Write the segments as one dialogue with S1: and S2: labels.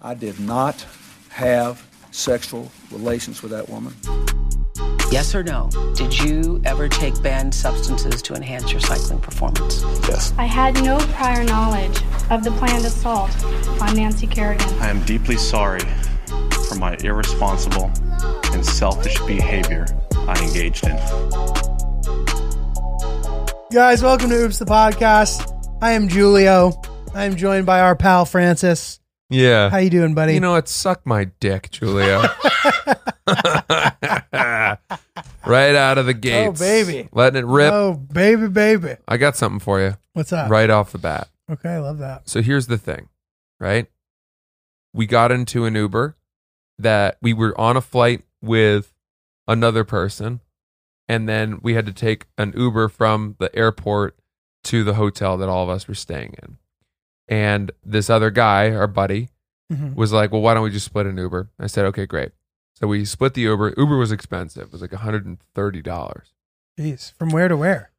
S1: I did not have sexual relations with that woman.
S2: Yes or no? Did you ever take banned substances to enhance your cycling performance?
S3: Yes.
S4: I had no prior knowledge of the planned assault on Nancy Kerrigan.
S5: I am deeply sorry for my irresponsible and selfish behavior I engaged in.
S6: Guys, welcome to Oops the Podcast. I am Julio. I am joined by our pal Francis.
S7: Yeah.
S6: How you doing, buddy?
S7: You know, it sucked my dick, Julio. right out of the gates.
S6: Oh, baby.
S7: Letting it rip.
S6: Oh, baby, baby.
S7: I got something for you
S6: What's up?
S7: right off the bat.
S6: Okay, I love that.
S7: So here's the thing, right? We got into an Uber that we were on a flight with another person, and then we had to take an Uber from the airport to the hotel that all of us were staying in. And this other guy, our buddy,
S6: Mhm.
S7: Mm-hmm. was like, "Well, why don't we just split an Uber?" I said, "Okay, great." So we split the Uber. Uber was expensive; it was like one hundred and thirty dollars
S6: Jeez, from where to where?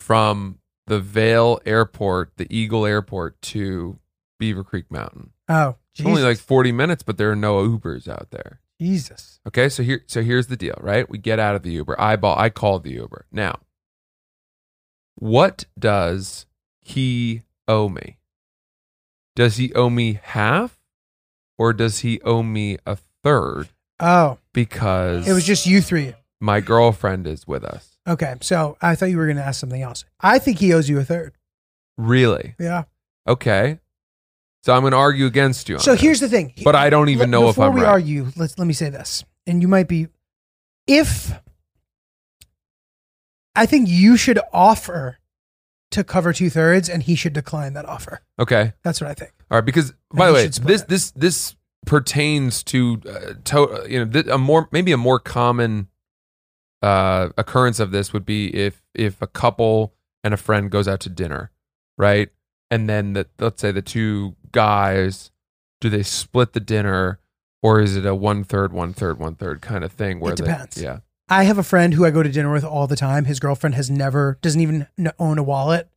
S7: from the Vale Airport, the Eagle Airport, to Beaver Creek Mountain.
S6: Oh,
S7: It's
S6: Jesus.
S7: only like 40 minutes, but there are no Ubers out there.
S6: Jesus.
S7: Okay, so here so here's the deal, right? We get out of the Uber. I ball I called the Uber. Now, what does he owe me? Does he owe me half or does he owe me a third
S6: Oh,
S7: because
S6: it was just you three.
S7: my girlfriend is with us?
S6: Okay, so I thought you were going to ask something else. I think he owes you a third.
S7: Really?
S6: Yeah.
S7: Okay. So I'm going to argue against you on
S6: So
S7: that.
S6: here's the thing.
S7: But I don't
S6: Let-
S7: even know if
S6: before
S7: I'm
S6: we
S7: right.
S6: argue. Let's let me say this, and you might be. If I think you should offer to cover two thirds, and he should decline that offer.
S7: Okay.
S6: That's what I think.
S7: All right, because
S6: I think
S7: by the
S6: you
S7: way,
S6: should split
S7: this
S6: it.
S7: this this pertains to, uh, to uh, you know th- a more maybe a more common uh, occurrence of this would be if if a couple and a friend goes out to dinner, right? And then the, let's say the two guys, do they split the dinner, or is it a one third, one third, one third kind of thing? Where
S6: It
S7: they-
S6: depends.
S7: yeah,
S6: I have a friend who I go to dinner with all the time. His girlfriend has never doesn't even kn- own a wallet.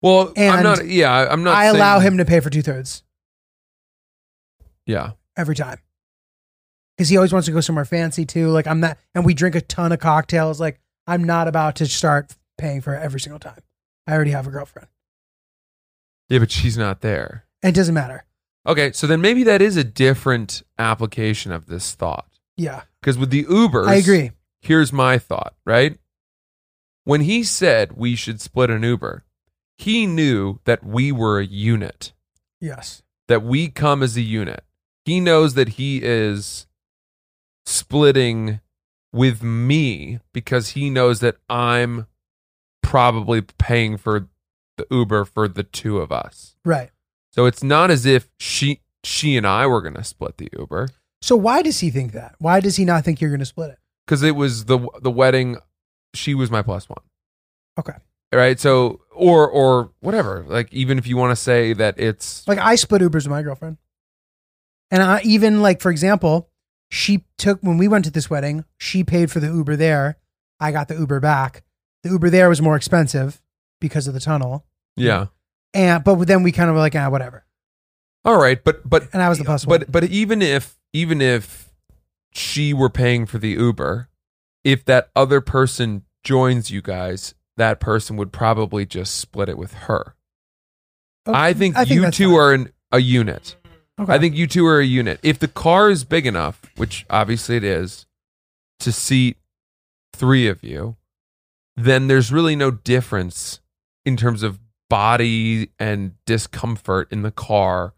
S7: well,
S6: And
S7: I'm not. Yeah, I- I'm not.
S6: I allow
S7: saying-
S6: him to pay for two thirds
S7: Yeah,
S6: every time because he always wants to go somewhere fancy too. Like I'm not, and we drink a ton of cocktails. Like I'm not about to start paying for it every single time. I already have a girlfriend.
S7: yeah, but she's not there.
S6: It doesn't matter.
S7: Okay, so then maybe that is a different application of this thought.
S6: Yeah,
S7: Because with the Ubers,
S6: I agree.
S7: Here's my thought, right? When he said we should split an Uber, he knew that we were a unit,
S6: Yes.
S7: that we come as a unit. He knows that he is splitting with me because he knows that I'm probably paying for the Uber for the two of us.
S6: Right.
S7: So it's not as if she she and I were going to split the Uber
S6: So why does he think that? Why does he not think you're going to split it?
S7: because it was the the wedding. She was my plus one,
S6: Okay.
S7: right? So or or whatever. Like even if you want to say that it's
S6: Like I split Ubers with my girlfriend. And I even like for example, she took when we went to this wedding, she paid for the Uber there. I got the Uber back. The Uber there was more expensive because of the tunnel.
S7: yeah,
S6: And but then we kind of were like, ah, whatever.
S7: all right. But but
S6: And I was the plus one.
S7: but but even if even if she were paying for the Uber, if that other person joins you guys, that person would probably just split it with her.
S6: Okay.
S7: I think, you
S6: that's
S7: two
S6: fine.
S7: are an, a unit.
S6: Okay.
S7: I think you two are a unit. If the car is big enough, which obviously it is, to seat three of you, then there's really no difference in terms of body and discomfort in the car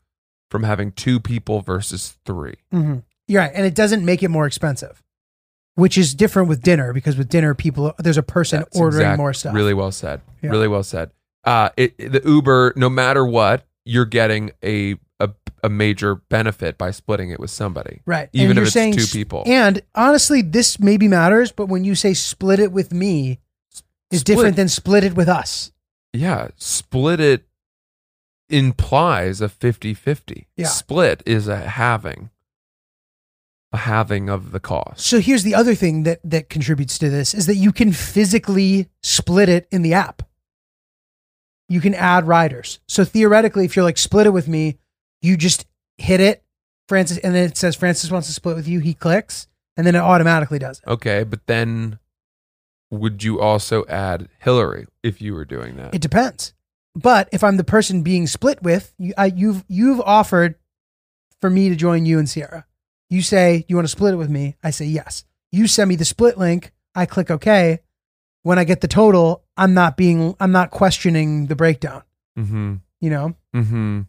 S7: from having two people versus three.
S6: Mhm. You're right, and it doesn't make it more expensive, which is different with dinner because with dinner, people there's a person
S7: That's
S6: ordering
S7: exact-
S6: more stuff.
S7: Really well said.
S6: Yeah.
S7: Really well said. Uh, it, it- the Uber, no matter what, you're getting a, a a major benefit by splitting it with somebody.
S6: Right. and
S7: Even if
S6: you're
S7: it's
S6: saying
S7: two
S6: s-
S7: people.
S6: And honestly, this maybe matters, but when you say split it with me, is different than split it with us.
S7: yeah split it implies a 50-50
S6: Yeah.
S7: split is a halving a halving of the cost
S6: So here's the other thing that that contributes to this is that you can physically split it in the app. You can add riders. So theoretically, if you're like split it with me, you just hit it Francis, and then it says Francis wants to split with you. He clicks, and then it automatically does it.
S7: Okay, but then would you also add Hillary if you were doing that?
S6: It depends. But if I'm the person being split with, you, I, you've you've offered for me to join you and Sierra. You say you want to split it with me. I say yes. You send me the split link. I click OK. When I get the total, I'm not being I'm not questioning the breakdown.
S7: mm-hmm.
S6: You know,
S7: Mm-hmm.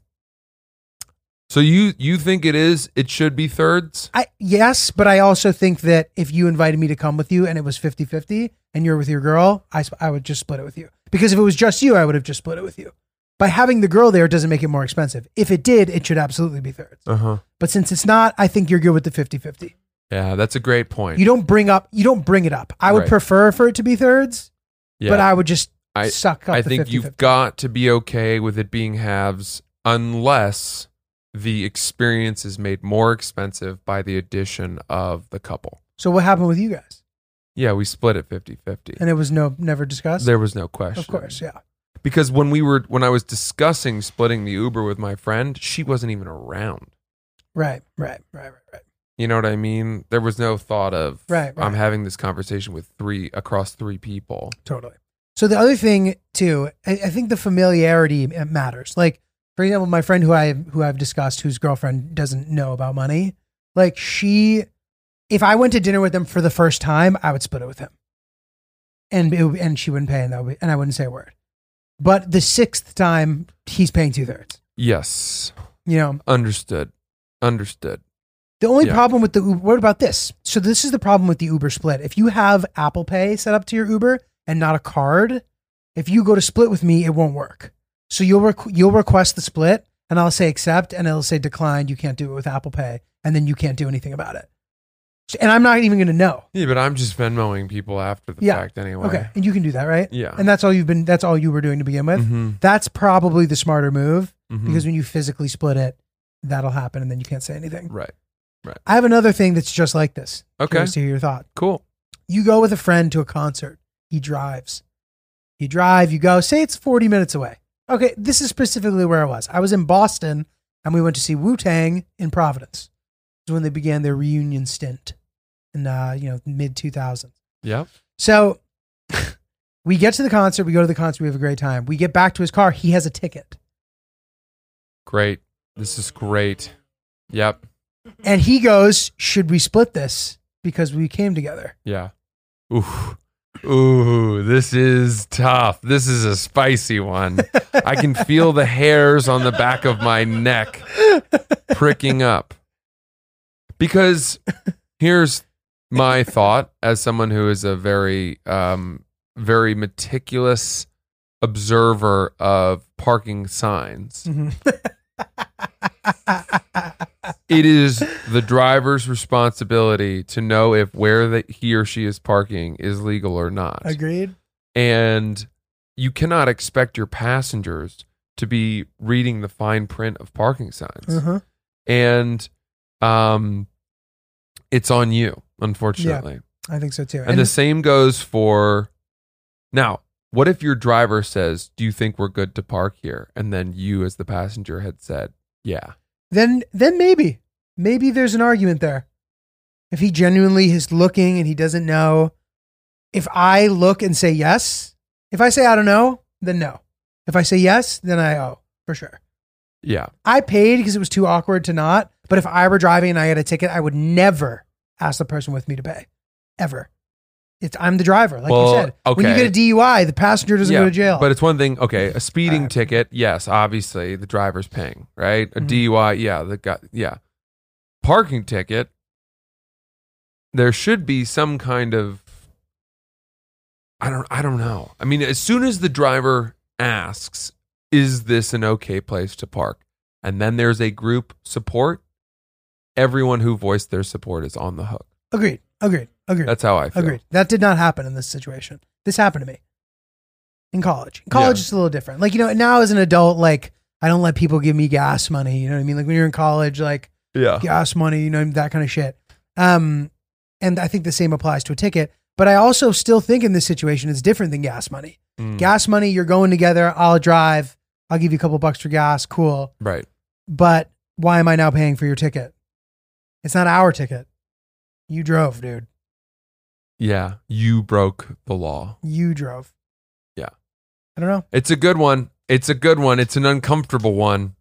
S7: So you you think it is? It should be thirds.
S6: I yes, but I also think that if you invited me to come with you and it was 50-50 and you're with your girl, I sp- I would just split it with you. Because if it was just you, I would have just split it with you. By having the girl there doesn't make it more expensive. If it did, it should absolutely be thirds.
S7: Uh huh.
S6: But since it's not, I think you're good with the 50-50.
S7: Yeah, that's a great point.
S6: You don't bring up you don't bring it up. I would
S7: Right.
S6: prefer for it to be thirds,
S7: yeah.
S6: but I would just
S7: I-
S6: suck up
S7: I
S6: the
S7: think
S6: 50-50.
S7: you've got to be okay with it being halves unless the experience is made more expensive by the addition of the couple.
S6: So what happened with you guys?
S7: Yeah, we split it 50-50.
S6: And it was no never discussed?
S7: There was no question.
S6: of course, yeah.
S7: Because when we were when I was discussing splitting the Uber with my friend, she wasn't even around.
S6: Right, right, right, right, right.
S7: You know what I mean? There was no thought of
S6: Right, right.
S7: I'm having this conversation with three across three people.
S6: Totally. So the other thing too, I, I think the familiarity it matters. Like for example, my friend who I who I've discussed, whose girlfriend doesn't know about money, like she, if I went to dinner with them for the first time, I would split it with him, and it, would- and she wouldn't pay, and that would be, and I wouldn't say a word. But the sixth time, he's paying two thirds.
S7: Yes,
S6: You know,
S7: understood, understood.
S6: the only
S7: Yeah.
S6: problem with the Uber, what about this? So this is the problem with the Uber split. If you have Apple Pay set up to your Uber and not a card, if you go to split with me, it won't work. So you'll requ- you'll request the split, and I'll say accept, and it'll say declined. You can't do it with Apple Pay, and then you can't do anything about it. So- And I'm not even going to know.
S7: Yeah, but I'm just Venmoing people after the
S6: Yeah.
S7: fact anyway.
S6: Okay, and you can do that, right?
S7: Yeah.
S6: And that's all you've been. That's all you were doing to begin with.
S7: Mhm.
S6: That's probably the smarter move
S7: Mhm.
S6: because when you physically split it, that'll happen, and then you can't say anything.
S7: right.
S6: I have another thing that's just like this.
S7: Okay.
S6: Curious to hear your thought.
S7: Cool.
S6: You go with a friend to a concert. He drives. You drive, you go, say it's 40 minutes away. Okay, this is specifically where I was. I was in Boston and we went to see Wu Tang in Providence. It was when they began their reunion stint in uh, you know, mid 2000s.
S7: Yeah.
S6: So we get to the concert, we go to the concert, we have a great time. We get back to his car, he has a ticket.
S7: Great. This is great. Yep.
S6: And he goes, "Should we split this because we came together?"
S7: Yeah. Ooh. Ooh. This is tough. This is a spicy one. I can feel the hairs on the back of my neck pricking up. Because here's my thought as someone who is a very, um, very meticulous observer of parking signs. it is the driver's responsibility to know if where that he or she is parking is legal or not.
S6: Agreed.
S7: And you cannot expect your passengers to be reading the fine print of parking signs.
S6: Uh-huh.
S7: And um it's on you, unfortunately.
S6: I think so too.
S7: And the same goes for now. What if your driver says, "Do you think we're good to park here?" And then you, as the passenger, had said, "Yeah."
S6: then then maybe maybe there's an argument there if he genuinely is looking and he doesn't know if i look and say yes if i say i don't know then no if i say yes then i owe for sure
S7: Yeah.
S6: i paid because it was too awkward to not but if i were driving and i had a ticket i would never ask the person with me to pay ever it's i'm the driver like
S7: Well,
S6: you said when you
S7: okay.
S6: get a dui the passenger doesn't
S7: yeah.
S6: go to jail
S7: But it's one thing. Okay, a speeding
S6: Right.
S7: ticket. Yes, obviously the driver's paying, right? A
S6: Mhm.
S7: DUI. Yeah, the guy. Yeah, parking ticket. There should be some kind of. I don't. I don't know. I mean, as soon as the driver asks, "Is this an okay place to park?" and then there's a group support. Everyone who voiced their support is on the hook.
S6: agreed agreed agreed
S7: That's how I feel.
S6: Agreed. That did not happen in this situation. This happened to me in college. In college,
S7: Yeah.
S6: it's a little different. Like, you know, now as an adult, like, I don't let people give me gas money. You know what I mean? Like, when you're in college, like,
S7: Yeah.
S6: gas money, you know, that kind of shit. Um, and I think the same applies to a ticket. But I also still think in this situation, it's different than gas money.
S7: Mm.
S6: Gas money, you're going together. I'll drive. I'll give you a couple bucks for gas. Cool.
S7: Right.
S6: But why am I now paying for your ticket? It's not our ticket. You drove, dude.
S7: Yeah, you broke the law.
S6: You drove.
S7: Yeah.
S6: I don't know.
S7: It's a good one. It's a good one. It's an uncomfortable one.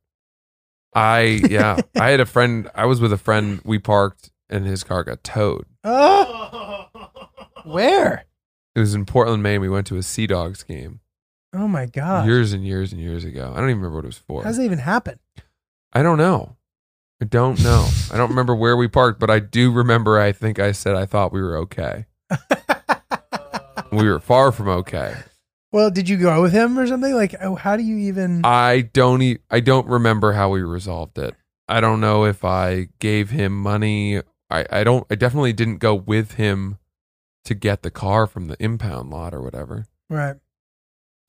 S7: I yeah, I had a friend. I was with a friend. We parked, and his car got towed.
S6: Oh, where?
S7: It was in Portland, Maine. We went to a Sea Dogs game
S6: Oh my god!
S7: years and years and years ago. I don't even remember what it was for.
S6: How does that even happen?
S7: I don't know. I don't know. I don't remember where we parked, but I do remember. I think I said I thought we were okay. we were far from okay.
S6: Well, did you go with him or something? Like, oh, how do you even?
S7: I don't. E- I don't remember how we resolved it. I don't know if I gave him money. I, I don't. I definitely didn't go with him to get the car from the impound lot or whatever.
S6: right,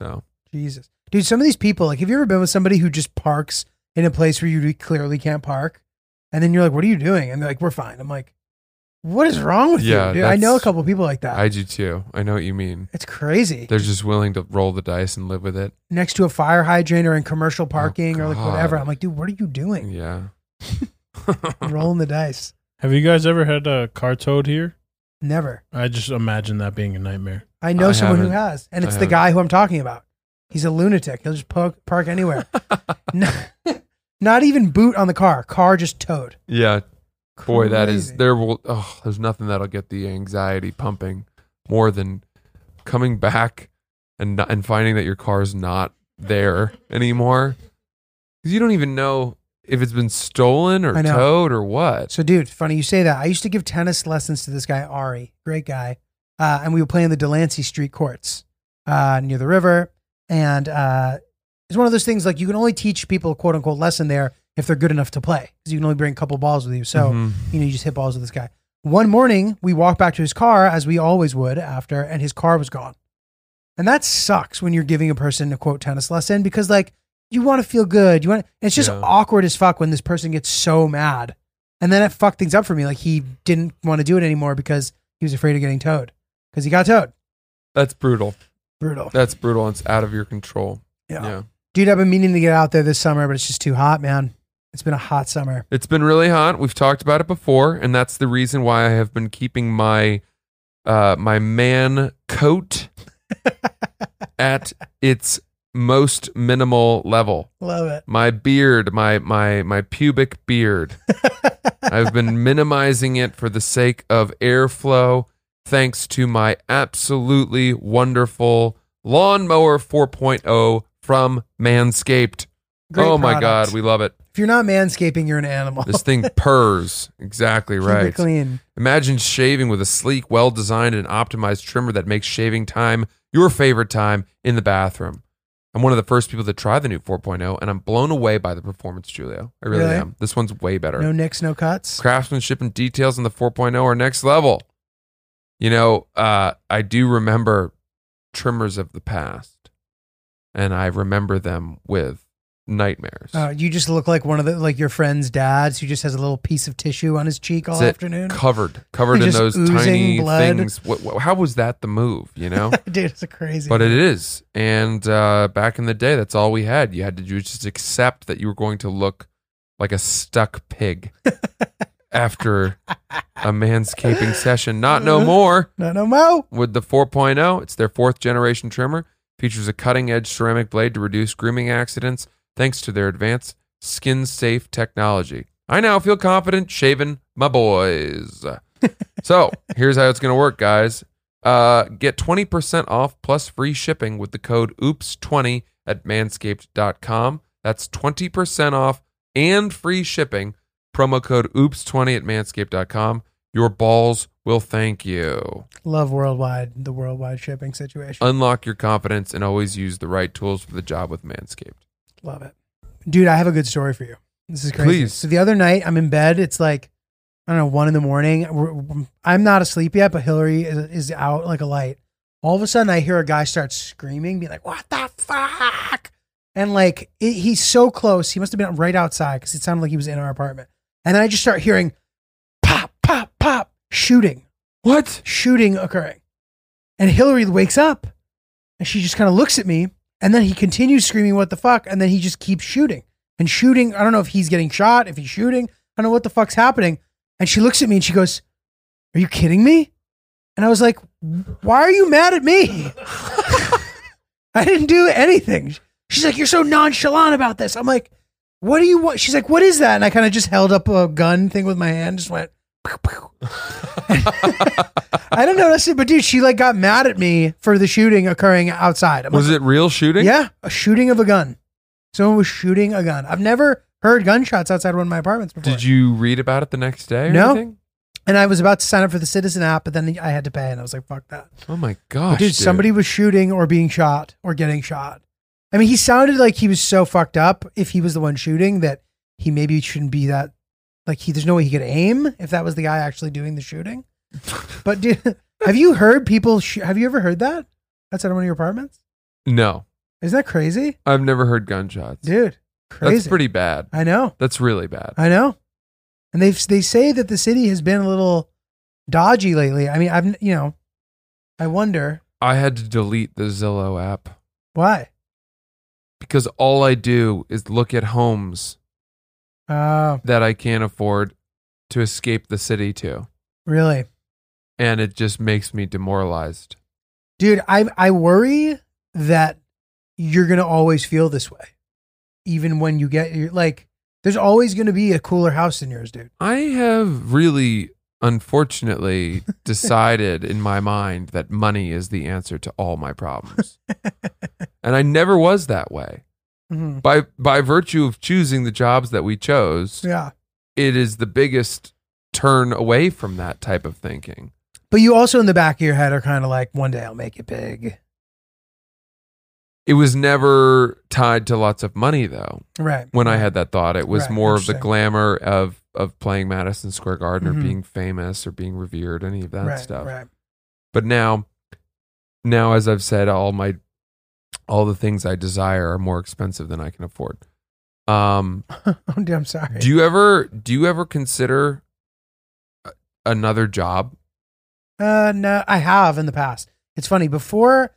S7: So
S6: Jesus, dude. Some of these people, like, have you ever been with somebody who just parks in a place where you clearly can't park, and then you're like, "What are you doing?" And they're like, "We're fine." I'm like, "What is wrong with
S7: Yeah,
S6: you?" Dude, I know a
S7: that's-
S6: couple people like that.
S7: I do too. I know what you mean.
S6: it's crazy.
S7: They're just willing to roll the dice and live with it.
S6: Next to a fire hydrant or in commercial parking or like
S7: Oh, God.
S6: whatever. I'm like, dude, what are you doing?
S7: Yeah.
S6: Rolling the dice.
S3: Have you guys ever had a car towed here?
S6: Never.
S3: I just imagine that being a nightmare.
S6: I know
S7: I
S6: someone who
S7: haven't.
S6: has, and
S7: I
S6: it's the
S7: haven't.
S6: guy who I'm talking about. He's a lunatic. He'll just park, park anywhere. No- not, even boot on the car. Car just towed.
S7: yeah. Boy, that is
S6: Crazy.
S7: there will. Oh, there's nothing that'll get the anxiety pumping more than coming back and not- and finding that your car's not there anymore because you don't even know if it's been stolen or
S6: I know.
S7: towed or what.
S6: So, dude, funny you say that. I used to give tennis lessons to this guy Ari, great guy, uh, and we would play in the Delancey Street courts uh, near the river. And uh, it's one of those things like you can only teach people a quote unquote lesson there if they're good enough to play because you can only bring a couple balls with you. So,
S7: Mhm.
S6: you know, you just hit balls with this guy. One morning, we walked back to his car as we always would after, and his car was gone. And that sucks when you're giving a person a quote tennis lesson because, like, you want to feel good. You want it's just
S7: Yeah.
S6: awkward as fuck when this person gets so mad. And then it fucked things up for me. Like, he didn't want to do it anymore because he was afraid of getting towed because he got towed.
S7: That's brutal.
S6: Brutal.
S7: That's brutal. It's out of your control.
S6: Yeah.
S7: yeah.
S6: Dude, I've been meaning to get out there this summer, but it's just too hot, man. It's been a hot summer.
S7: It's been really hot. We've talked about it before, and that's the reason why I have been keeping my uh, my man coat at its most minimal level.
S6: Love it.
S7: My beard, my my my pubic beard. I've been minimizing it for the sake of airflow, thanks to my absolutely wonderful lawnmower 4.0 from Manscaped.
S6: Great
S7: oh my
S6: product.
S7: god, we love it.
S6: If you're not manscaping, you're an animal.
S7: This thing purrs. Exactly
S6: Keep
S7: right.
S6: it clean.
S7: Imagine shaving with a sleek, well designed, and optimized trimmer that makes shaving time your favorite time in the bathroom. I'm one of the first people to try the new 4.0, and I'm blown away by the performance, Julio. I really,
S6: Really?
S7: am. This one's way better.
S6: No nicks, no cuts.
S7: Craftsmanship and details on the 4.0 are next level. You know, uh, I do remember trimmers of the past, and I remember them with nightmares.
S6: Uh, you just look like one of the like your friend's dads who just has a little piece of tissue on his cheek all
S7: That's it.
S6: afternoon.
S7: covered, covered in
S6: Just
S7: those
S6: oozing
S7: tiny
S6: blood.
S7: things. What, what, how was that the move? You know,
S6: Dude, it's a crazy.
S7: but it is. And uh, back in the day, that's all we had. You had to do- just accept that you were going to look like a stuck pig after a manscaping session. Not no more
S6: no, no, Mo.
S7: with the 4.0. It's their fourth generation trimmer. Features a cutting edge ceramic blade to reduce grooming accidents thanks to their advanced skin safe technology. I now feel confident shaving my boys. so here's how it's going to work, guys. Uh, get 20% off plus free shipping with the code OOPS20 at manscaped.com. That's 20% off and free shipping. Promo code OOPS20 at manscaped.com. Your balls will thank you.
S6: Love worldwide the worldwide shipping situation.
S7: Unlock your confidence and always use the right tools for the job with Manscaped.
S6: Love it, dude. I have a good story for you. This is crazy.
S7: Please.
S6: So the other night, I'm in bed. It's like I don't know, one in the morning. We're- we're- I'm not asleep yet, but Hillary is, is out like a light. All of a sudden, I hear a guy start screaming, be like, "What the fuck!" And like it, he's so close, he must have been right outside because it sounded like he was in our apartment. And then I just start hearing pop, pop, pop, shooting,
S7: What?
S6: shooting occurring. And Hillary wakes up and she just kind of looks at me. And then he continues screaming, What the fuck? And then he just keeps shooting and shooting. I don't know if he's getting shot, if he's shooting. I don't know what the fuck's happening. And she looks at me and she goes, Are you kidding me? And I was like, Why are you mad at me? I didn't do anything. She's like, You're so nonchalant about this. I'm like, What do you want? She's like, What is that? And I kind of just held up a gun thing with my hand, just went, pew, pew. I don't notice it, but dude, she like got mad at me for the shooting occurring outside. I'm
S7: Was
S6: like,
S7: it real shooting?
S6: Yeah, a shooting of a gun. Someone was shooting a gun. I've never heard gunshots outside one of my apartments before.
S7: Did you read about it the next day or
S6: No.
S7: anything?
S6: And I was about to sign up for the Citizen app, but then I had to pay, and I was like, "Fuck that,
S7: Oh my gosh.
S6: But dude, Somebody was shooting or being shot or getting shot. I mean, he sounded like he was so fucked up. If he was the one shooting, that he maybe shouldn't be that. Like, he there's no way he could aim if that was the guy actually doing the shooting. but dude, have you heard people? Sh- have you ever heard that outside of one of your apartments?
S7: No.
S6: Isn't that crazy,
S7: I've never heard gunshots.
S6: dude? Crazy.
S7: That's pretty bad.
S6: I know.
S7: That's really bad.
S6: I know. And they they say that the city has been a little dodgy lately. I mean, I've you know, I wonder
S7: I had to delete the Zillow app
S6: why.
S7: because all I do is look at homes
S6: Oh,
S7: that I can't afford to escape the city to.
S6: really,
S7: And it just makes me demoralized.
S6: dude? I I worry that you're gonna always feel this way, even when you get your like. There's always gonna be a cooler house than yours, dude.
S7: I have really, unfortunately, decided in my mind that money is the answer to all my problems. and I never was that way.
S6: Mhm.
S7: By by virtue of choosing the jobs that we chose,
S6: Yeah,
S7: it is the biggest turn away from that type of thinking.
S6: but you also in the back of your head are kind of like, one day I'll make it big,
S7: It was never tied to lots of money though.
S6: right?
S7: When I had that thought, it was
S6: Right,
S7: more of the
S6: interesting.
S7: glamour of of playing Madison Square Garden
S6: Mhm.
S7: or being famous or being revered, any of that
S6: right,
S7: stuff.
S6: right,
S7: But now, now as I've said, all my all the things I desire are more expensive than I can afford. Um,
S6: oh, dude, I'm sorry.
S7: do you ever do you ever consider a- another job?
S6: Uh, no, I have in the past. It's funny. Before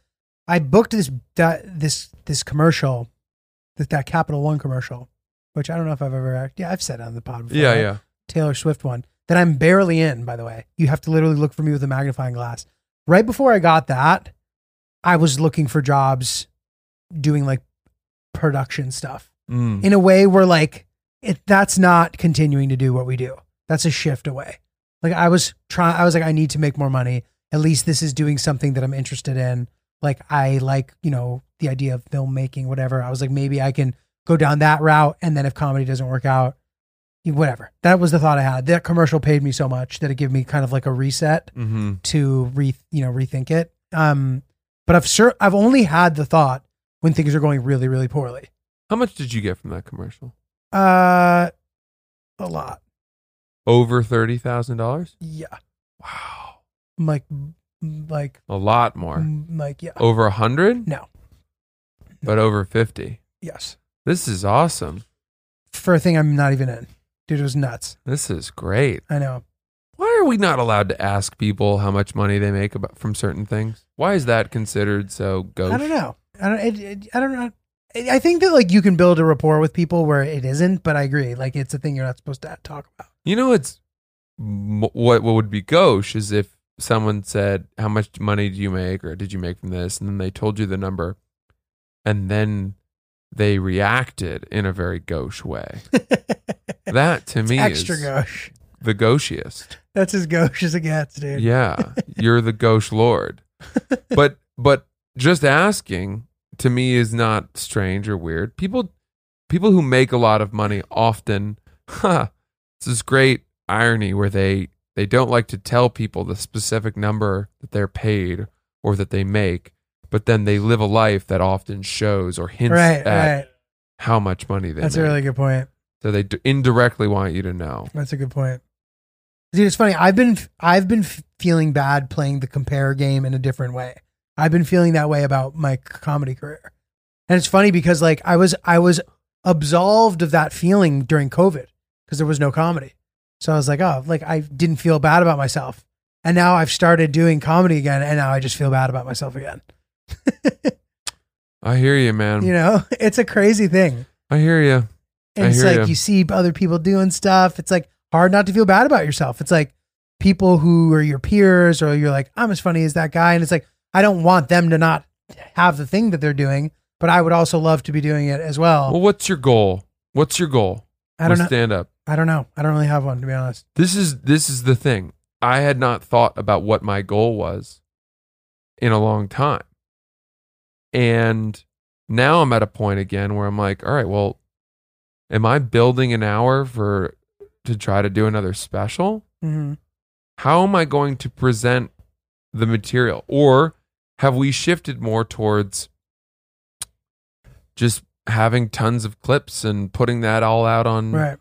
S6: I booked this that, this this commercial, that that Capital One commercial, which I don't know if I've ever act- yeah I've said it on the pod before.
S7: Yeah,
S6: right?
S7: yeah.
S6: Taylor Swift one that I'm barely in. By the way, you have to literally look for me with a magnifying glass. Right before I got that, I was looking for jobs doing like production stuff
S7: Mm.
S6: in a way where like it, that's not continuing to do what we do. That's a shift away. Like I was trying, I was like, I need to make more money. At least this is doing something that I'm interested in. Like I like, you know, the idea of filmmaking, whatever. I was like, maybe I can go down that route. And then if comedy doesn't work out, you- whatever. That was the thought I had. That commercial paid me so much that it gave me kind of like a reset
S7: hmm
S6: to re you know rethink it. Um, but I've sure I've only had the thought when things are going really really poorly.
S7: How much did you get from that commercial?
S6: Uh, a lot.
S7: Over thirty thousand dollars.
S6: Yeah,
S7: Wow,
S6: I'm like, m- like,
S7: a lot more.
S6: m- like, yeah.
S7: Over a hundred,
S6: No,
S7: but over fifty.
S6: yes,
S7: This is awesome.
S6: for a thing I'm not even in. Dude, it was nuts.
S7: This is great.
S6: I know.
S7: Why are we not allowed to ask people how much money they make about, from certain things? Why is that considered so gauche?
S6: I don't know. I don't. It, it, I don't know. I I think that like you can build a rapport with people where it isn't, but I agree. Like it's a thing you're not supposed to talk about.
S7: You know, it's m- what what would be gauche is if someone said, "How much money do you make?" or "Did you make from this?" and then they told you the number, and then they reacted in a very gauche way. that to me
S6: Extra
S7: is
S6: gauche.
S7: the gauchiest.
S6: That's as gauche as it gets, dude.
S7: Yeah, you're the gauche lord. But but just asking to me is not strange or weird. People people who make a lot of money often huh, it's this great irony where they they don't like to tell people the specific number that they're paid or that they make, but then they live a life that often shows or hints
S6: Right.
S7: at
S6: Right.
S7: how much money they
S6: That's
S7: make.
S6: a really good point.
S7: so they d- indirectly want you to know.
S6: That's a good point. Dude, it's funny. I've been I've been f- feeling bad playing the compare game in a different way. I've been feeling that way about my c- comedy career. And it's funny because like I was I was absolved of that feeling during COVID because there was no comedy. So I was like, oh, like I didn't feel bad about myself. And now I've started doing comedy again and now I just feel bad about myself again.
S7: I hear you, man.
S6: You know, it's a crazy thing.
S7: I hear you.
S6: And
S7: I
S6: it's
S7: hear
S6: like
S7: ya.
S6: you see other people doing stuff. It's like hard not to feel bad about yourself. It's like people who are your peers or you're like, I'm as funny as that guy. And it's like, I don't want them to not have the thing that they're doing, but I would also love to be doing it as well.
S7: Well, what's your goal? What's your goal?
S6: I don't
S7: with
S6: know.
S7: Stand up.
S6: I don't know. I don't really have one to be honest.
S7: This is this is the thing. I had not thought about what my goal was in a long time. And now I'm at a point again where I'm like, all right, well, am I building an hour for to try to do another special?
S6: Mm-hmm.
S7: How am I going to present the material? Or have we shifted more towards just having tons of clips and putting that all out on
S6: Right.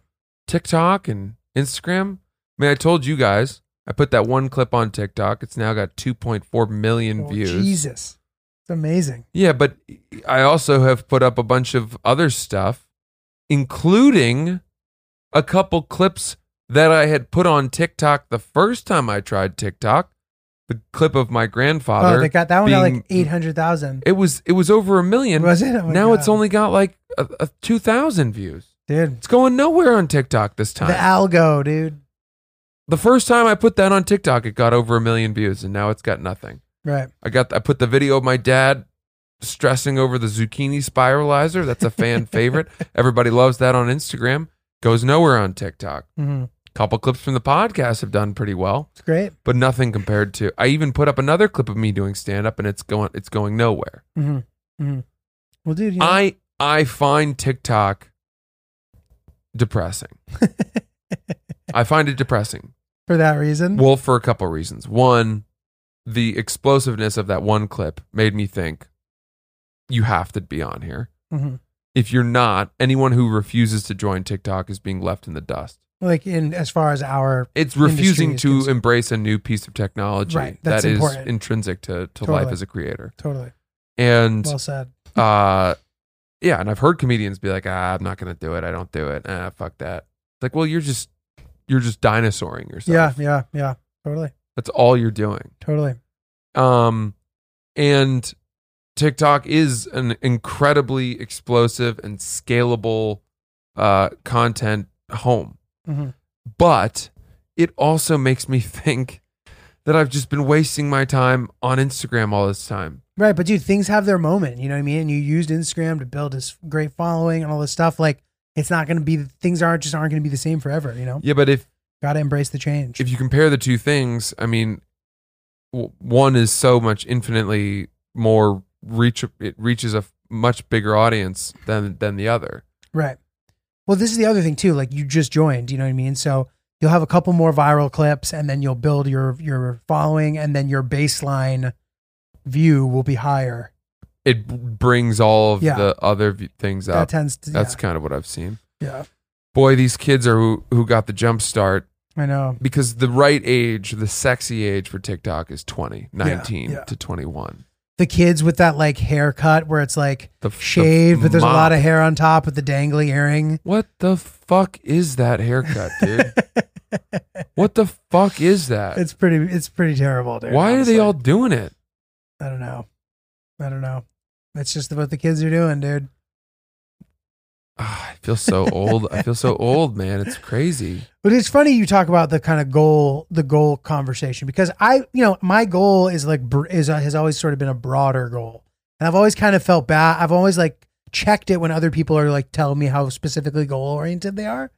S7: TikTok and Instagram. I mean, I told you guys, I put that one clip on TikTok. It's now got 2.4 million
S6: Oh,
S7: views.
S6: Jesus. It's amazing.
S7: Yeah, but I also have put up a bunch of other stuff, including a couple clips that I had put on TikTok the first time I tried TikTok. The clip of my grandfather.
S6: oh, they got that one got
S7: being-
S6: like 800,000.
S7: It was it was over a million.
S6: Was it? Oh my
S7: now
S6: God.
S7: it's only got like a, a two thousand views.
S6: Dude,
S7: It's going nowhere on TikTok this time.
S6: the algo, dude.
S7: The first time I put that on TikTok, it got over a million views, and now it's got nothing.
S6: Right.
S7: I got I put the video of my dad stressing over the zucchini spiralizer. That's a fan favorite. Everybody loves that on Instagram. Goes nowhere on TikTok.
S6: Mm-hmm.
S7: Couple clips from the podcast have done pretty well,
S6: It's great.
S7: but nothing compared to. I even put up another clip of me doing stand up, and it's going it's going nowhere.
S6: Mm-hmm. Mm-hmm. Well, dude, you know,
S7: I I find TikTok depressing. I find it depressing.
S6: for that reason.
S7: Well, for a couple of reasons. One, the explosiveness of that one clip made me think you have to be on here.
S6: hmm
S7: If you're not, anyone who refuses to join TikTok is being left in the dust.
S6: Like in as far as our
S7: It's
S6: Industry
S7: refusing
S6: is
S7: to
S6: concerned.
S7: embrace a new piece of technology
S6: Right, that's
S7: that is
S6: important.
S7: intrinsic to, to life
S6: Totally.
S7: as a creator.
S6: totally
S7: And
S6: well said.
S7: uh, yeah, and I've heard comedians be like, ah, I'm not going to do it. I don't do it. Ah, fuck that. It's like, well, you're just you're just dinosauring yourself.
S6: Yeah, yeah, yeah. Totally,
S7: That's all you're doing.
S6: totally.
S7: Um, and TikTok is an incredibly explosive and scalable uh, content home.
S6: Mhm.
S7: But it also makes me think that I've just been wasting my time on Instagram all this time.
S6: Right, but dude, things have their moment. You know what I mean? And you used Instagram to build this great following and all this stuff. Like, it's not going to be things aren't just aren't going to be the same forever. You know,
S7: Yeah, but if
S6: got to embrace the change.
S7: if you compare the two things, I mean, w- one is so much infinitely more reach. It reaches a f- much bigger audience than than the other.
S6: Right. Well, this is the other thing too. Like you just joined, you know what I mean? So you'll have a couple more viral clips and then you'll build your your following and then your baseline view will be higher.
S7: It b- brings all of
S6: Yeah.
S7: the other v- things
S6: That
S7: up.
S6: tends to
S7: That's
S6: yeah,
S7: kind of what I've seen.
S6: yeah.
S7: Boy, these kids are who, who got the jump start
S6: I know.
S7: because the right age, the sexy age for TikTok is 20, 19
S6: yeah.
S7: to 21.
S6: The kids with that like haircut where it's like
S7: The f- the
S6: shaved, but there's a lot
S7: mop.
S6: of hair on top with the dangly earring.
S7: What the fuck is that haircut, dude? what the fuck is that?
S6: It's pretty it's pretty terrible, dude.
S7: Why are
S6: honestly.
S7: they all doing it?
S6: I don't know. I don't know. That's just what the kids are doing, dude.
S7: Ah, I feel so old. I feel so old, man. It's crazy.
S6: But it's funny you talk about the kind of goal, the goal conversation because I, you know, my goal is like br- is uh, has always sort of been a broader goal, and I've always kind of felt bad. I've always like checked it when other people are like telling me how specifically goal oriented they are,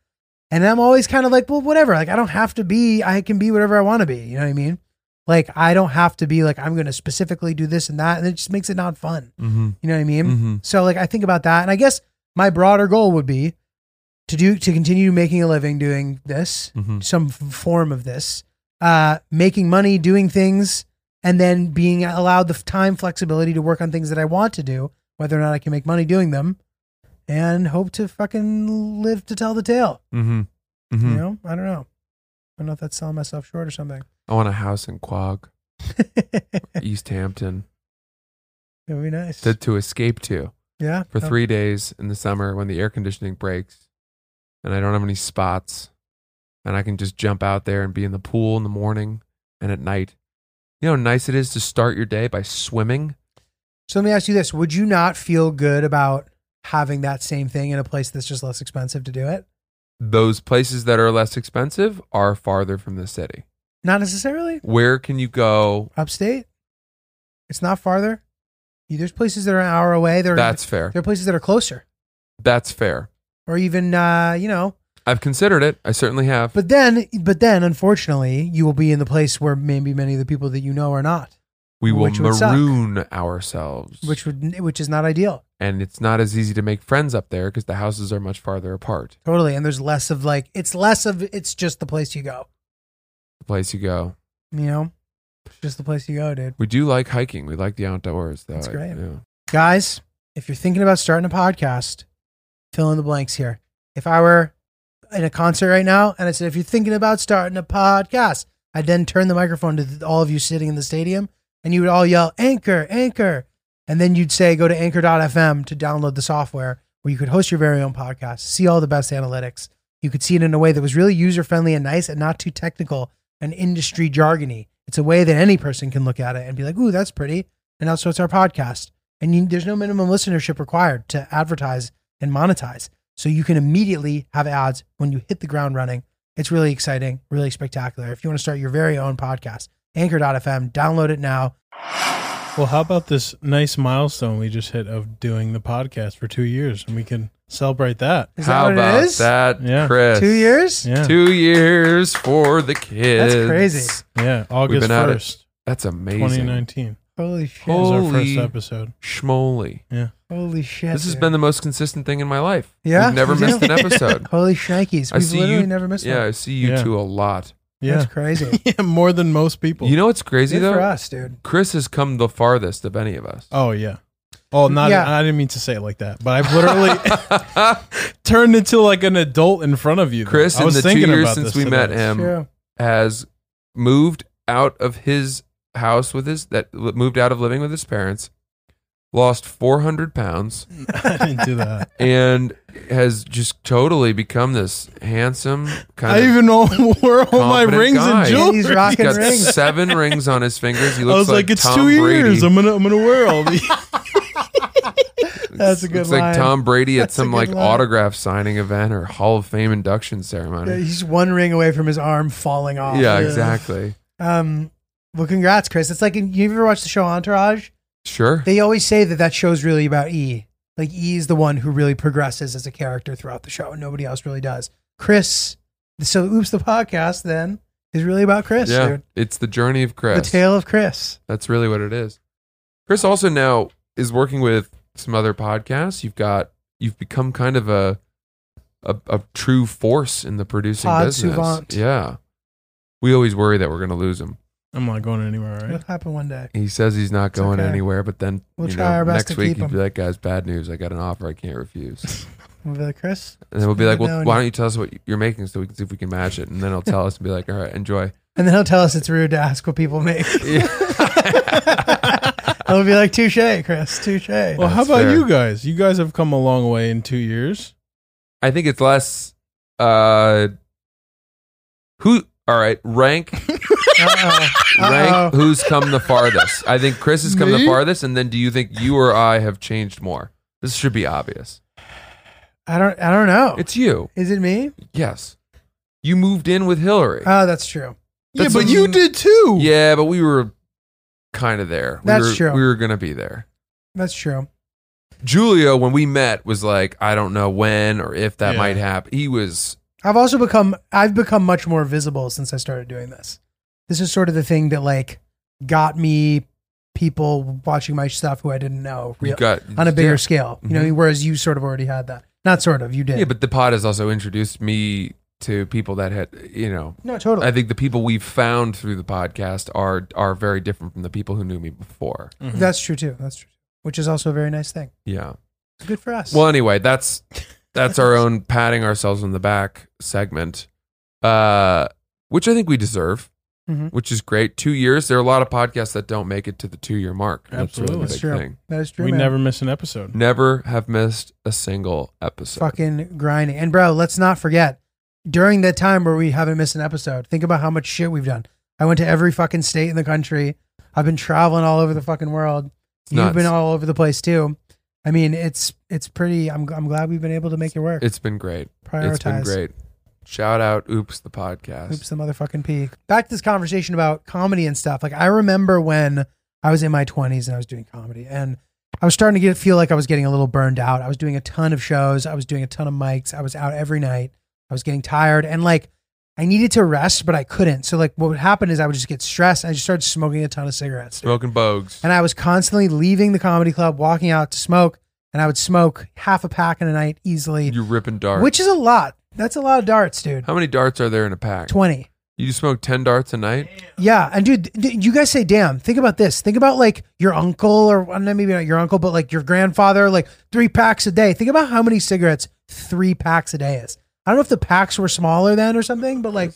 S6: and I'm always kind of like, well, whatever. Like I don't have to be. I can be whatever I want to be. You know what I mean? Like I don't have to be like I'm going to specifically do this and that, and it just makes it not fun.
S7: Mm-hmm.
S6: You know what I mean?
S7: Mhm.
S6: So like I think about that, and I guess my broader goal would be to do to continue making a living doing this,
S7: Mhm.
S6: some f- form of this, uh, making money doing things, and then being allowed the f- time flexibility to work on things that I want to do, whether or not I can make money doing them, and hope to fucking live to tell the tale.
S7: Mm-hmm.
S6: You know, I don't know. I don't know if that's selling myself short or something.
S7: I want a house in Quag,
S6: it
S7: East Hampton,
S6: would be nice.
S7: to, to escape to.
S6: yeah.
S7: for
S6: Oh,
S7: three days in the summer when the air conditioning breaks and I don't have any spots and I can just jump out there and be in the pool in the morning and at night. You know how nice it is to start your day by swimming?
S6: So let me ask you this: Would you not feel good about having that same thing in a place that's just less expensive to do it?
S7: those places that are less expensive are farther from the city.
S6: Not necessarily.
S7: Where can you go?
S6: Upstate. It's not farther. You- There's places that are an hour away. There are,
S7: That's fair.
S6: there are places that are closer,
S7: That's fair.
S6: or even uh, you know.
S7: I've considered it. I certainly have.
S6: But then, but then, unfortunately, you will be in the place where maybe many of the people that you know are not,
S7: we will
S6: which would suck.
S7: maroon ourselves.
S6: which would which is not ideal.
S7: and it's not as easy to make friends up there because the houses are much farther apart.
S6: Totally. And there's less of like it's less of it's just the place you go.
S7: The place you go.
S6: You know, It's just the place you go, dude.
S7: We do like hiking. We like the outdoors, though.
S6: That's
S7: I-
S6: great.
S7: yeah.
S6: Guys, if you're thinking about starting a podcast, fill in the blanks here. If I were in a concert right now and I said, if you're thinking about starting a podcast, I'd then turn the microphone to th- all of you sitting in the stadium and you would all yell, Anchor, Anchor. And then you'd say, go to anchor.fm to download the software where you could host your very own podcast, see all the best analytics. You could see it in a way that was really user friendly and nice and not too technical and industry jargony. It's a way that any person can look at it and be like, ooh, that's pretty. And also, it's our podcast. And you, there's no minimum listenership required to advertise and monetize. So you can immediately have ads when you hit the ground running. It's really exciting, really spectacular. If you want to start your very own podcast, anchor.fm, download it now.
S3: Well, how about this nice milestone we just hit of doing the podcast for two years, and we can celebrate that.
S6: Is that
S7: How
S6: what
S7: about
S6: it is?
S7: that,
S3: Yeah.
S7: Chris?
S6: Two years?
S3: Yeah,
S7: Two years for the kids.
S6: crazy.
S3: yeah. August
S7: been at it.
S3: first,
S7: That's
S3: twenty
S7: amazing.
S3: nineteen.
S6: Holy shit.
S3: It was our
S7: Holy
S3: first episode.
S7: Schmoly.
S3: Yeah,
S6: Holy shit.
S7: This has
S6: dude.
S7: been the most consistent thing in my life.
S6: Yeah?
S7: We've never
S6: You
S7: missed
S6: do?
S7: an episode.
S6: Holy shnikes.
S7: I
S6: We've
S7: see
S6: literally
S7: you-
S6: never missed
S7: yeah,
S6: one.
S7: I see you
S3: Yeah.
S7: two a lot.
S3: yeah,
S6: That's crazy.
S3: yeah. More than most people.
S7: You know what's crazy
S6: Good
S7: though?
S6: for us, dude.
S7: Chris has come the farthest of any of us.
S3: oh yeah. Oh, not.
S6: Yeah.
S3: I didn't mean to say it like that, but I've literally turned into like an adult in front of you. though.
S7: Chris,
S3: I
S7: in
S3: was
S7: the two
S3: thinking
S7: years
S3: about
S7: since
S3: this
S7: we
S3: today.
S7: met him,
S6: True.
S7: has moved out of his house with his that moved out of living with his parents, lost 400 pounds,
S3: I didn't do that.
S7: and has just totally become this handsome kind
S3: I
S7: of.
S3: even know where all my
S7: confident
S3: rings
S7: guy.
S3: and jewelry.
S6: He's rocking
S7: Got
S6: rings.
S7: seven rings on his fingers. He
S3: I
S7: looks
S3: was like, it's
S7: Tom
S3: two
S7: Brady.
S3: years. I'm gonna, I'm gonna wear all these.
S6: That's a good
S7: looks
S6: line.
S7: like Tom Brady at
S6: That's a
S7: some
S6: good
S7: like
S6: line.
S7: autograph signing event or Hall of Fame induction
S6: Yeah,
S7: ceremony.
S6: Uh, He's one ring away from his arm falling off.
S7: yeah, exactly.
S6: Um, well, congrats, Chris. It's like you ever watched the show Entourage?
S7: Sure.
S6: They always say that that show's really about E. Like E is the one who really progresses as a character throughout the show, and nobody else really does. Chris, so oops, the podcast then is really about Chris,
S7: yeah,
S6: dude.
S7: it's the journey of Chris.
S6: The tale of Chris.
S7: That's really what it is. Chris also now is working with some other podcasts. You've got you've become kind of a a, a true force in the producing
S6: Pod
S7: business.
S6: savant.
S7: Yeah. We always worry that we're going to lose him.
S3: I'm not going anywhere, all right?
S6: It'll happen one day.
S7: He says he's not going
S6: okay.
S7: anywhere, but then
S6: We'll
S7: you
S6: try
S7: know,
S6: our best
S7: next
S6: to
S7: week
S6: keep
S7: he'd be
S6: him.
S7: like, "Guys, bad news! I got an offer I can't refuse."
S6: We'll be like, Chris,
S7: And then we'll be like,
S6: good
S7: "Well,
S6: knowing
S7: why
S6: you."
S7: don't you tell us what you're making so we can see if we can match it?" And then he'll tell us and be like, "All right, enjoy."
S6: and then he'll tell us it's rude to ask what people make.
S7: Yeah.
S6: He'll be like, touche, Chris, touche.
S3: Well, how
S7: That's
S3: about
S7: fair.
S3: you guys? You guys have come a long way in two years.
S7: I think it's less. uh Who? All right, rank
S6: Uh-oh.
S7: rank
S6: Uh-oh.
S7: who's come the farthest. I think Chris has come the
S3: Me?
S7: farthest, and then do you think you or I have changed more? This should be obvious.
S6: I don't. I don't know.
S7: It's you.
S6: Is it me?
S7: Yes. You moved in with Hillary.
S6: Oh, that's true.
S7: That's
S3: yeah, but
S7: a-
S3: you did too.
S7: yeah, but we were kind of there. We
S6: That's
S7: were-
S6: true.
S7: We were going to be there.
S6: That's true.
S7: Julia, when we met, was like, I don't know when or if that
S3: Yeah.
S7: might happen. He was,
S6: I've also become I've become much more visible since I started doing this. This is sort of the thing that like got me people watching my stuff who I didn't know
S7: you
S6: real-
S7: got
S6: on a bigger
S7: yeah. Mm-hmm.
S6: scale. You know, whereas you sort of already had that. Not sort of, you did.
S7: Yeah, but the pod has also introduced me to people that had, you know,
S6: no, totally.
S7: I think the people we've found through the podcast are are very different from the people who knew me before.
S6: That's true too. That's true. Which is also a very nice thing.
S7: Yeah.
S6: It's good for us.
S7: Well, anyway, that's that's our own patting ourselves on the back segment, uh, which I think we deserve,
S6: Mhm.
S7: which is great. Two years. There are a lot of podcasts that don't make it to the two year mark. That's really the
S3: Absolutely.
S6: that's
S7: big
S6: true.
S7: thing.
S6: That is true.
S3: We
S6: man.
S3: never miss an episode.
S7: Never have missed a single episode.
S6: fucking grinding. And bro, let's not forget during that time where we haven't missed an episode. Think about how much shit we've done. I went to every fucking state in the country. I've been traveling all over the fucking world.
S7: It's
S6: You've
S7: nuts.
S6: been all over the place too. I mean, it's it's pretty. I'm I'm glad we've been able to make it work.
S7: It's been great. It's been
S6: Prioritize.
S7: great. Shout out, oops, the podcast.
S6: Oops, the motherfucking P. Back to this conversation about comedy and stuff. Like I remember when I was in my twenties and I was doing comedy, and I was starting to get feel like I was getting a little burned out. I was doing a ton of shows. I was doing a ton of mics. I was out every night. I was getting tired, and like I needed to rest, but I couldn't. So like what would happen is I would just get stressed. And I just started smoking a ton of cigarettes. dude.
S7: Smoking bogues.
S6: And I was constantly leaving the comedy club, walking out to smoke, and I would smoke half a pack in a night easily,
S7: You're ripping darts.
S6: which is a lot. That's a lot of darts, dude.
S7: How many darts are there in a pack?
S6: 20.
S7: You smoke 10 darts a night?
S6: Yeah, and dude, th- you guys say, "Damn!" Think about this. Think about like your uncle, or well, no, maybe not your uncle, but like your grandfather, like three packs a day. Think about how many cigarettes three packs a day is. I don't know if the packs were smaller then or something, but like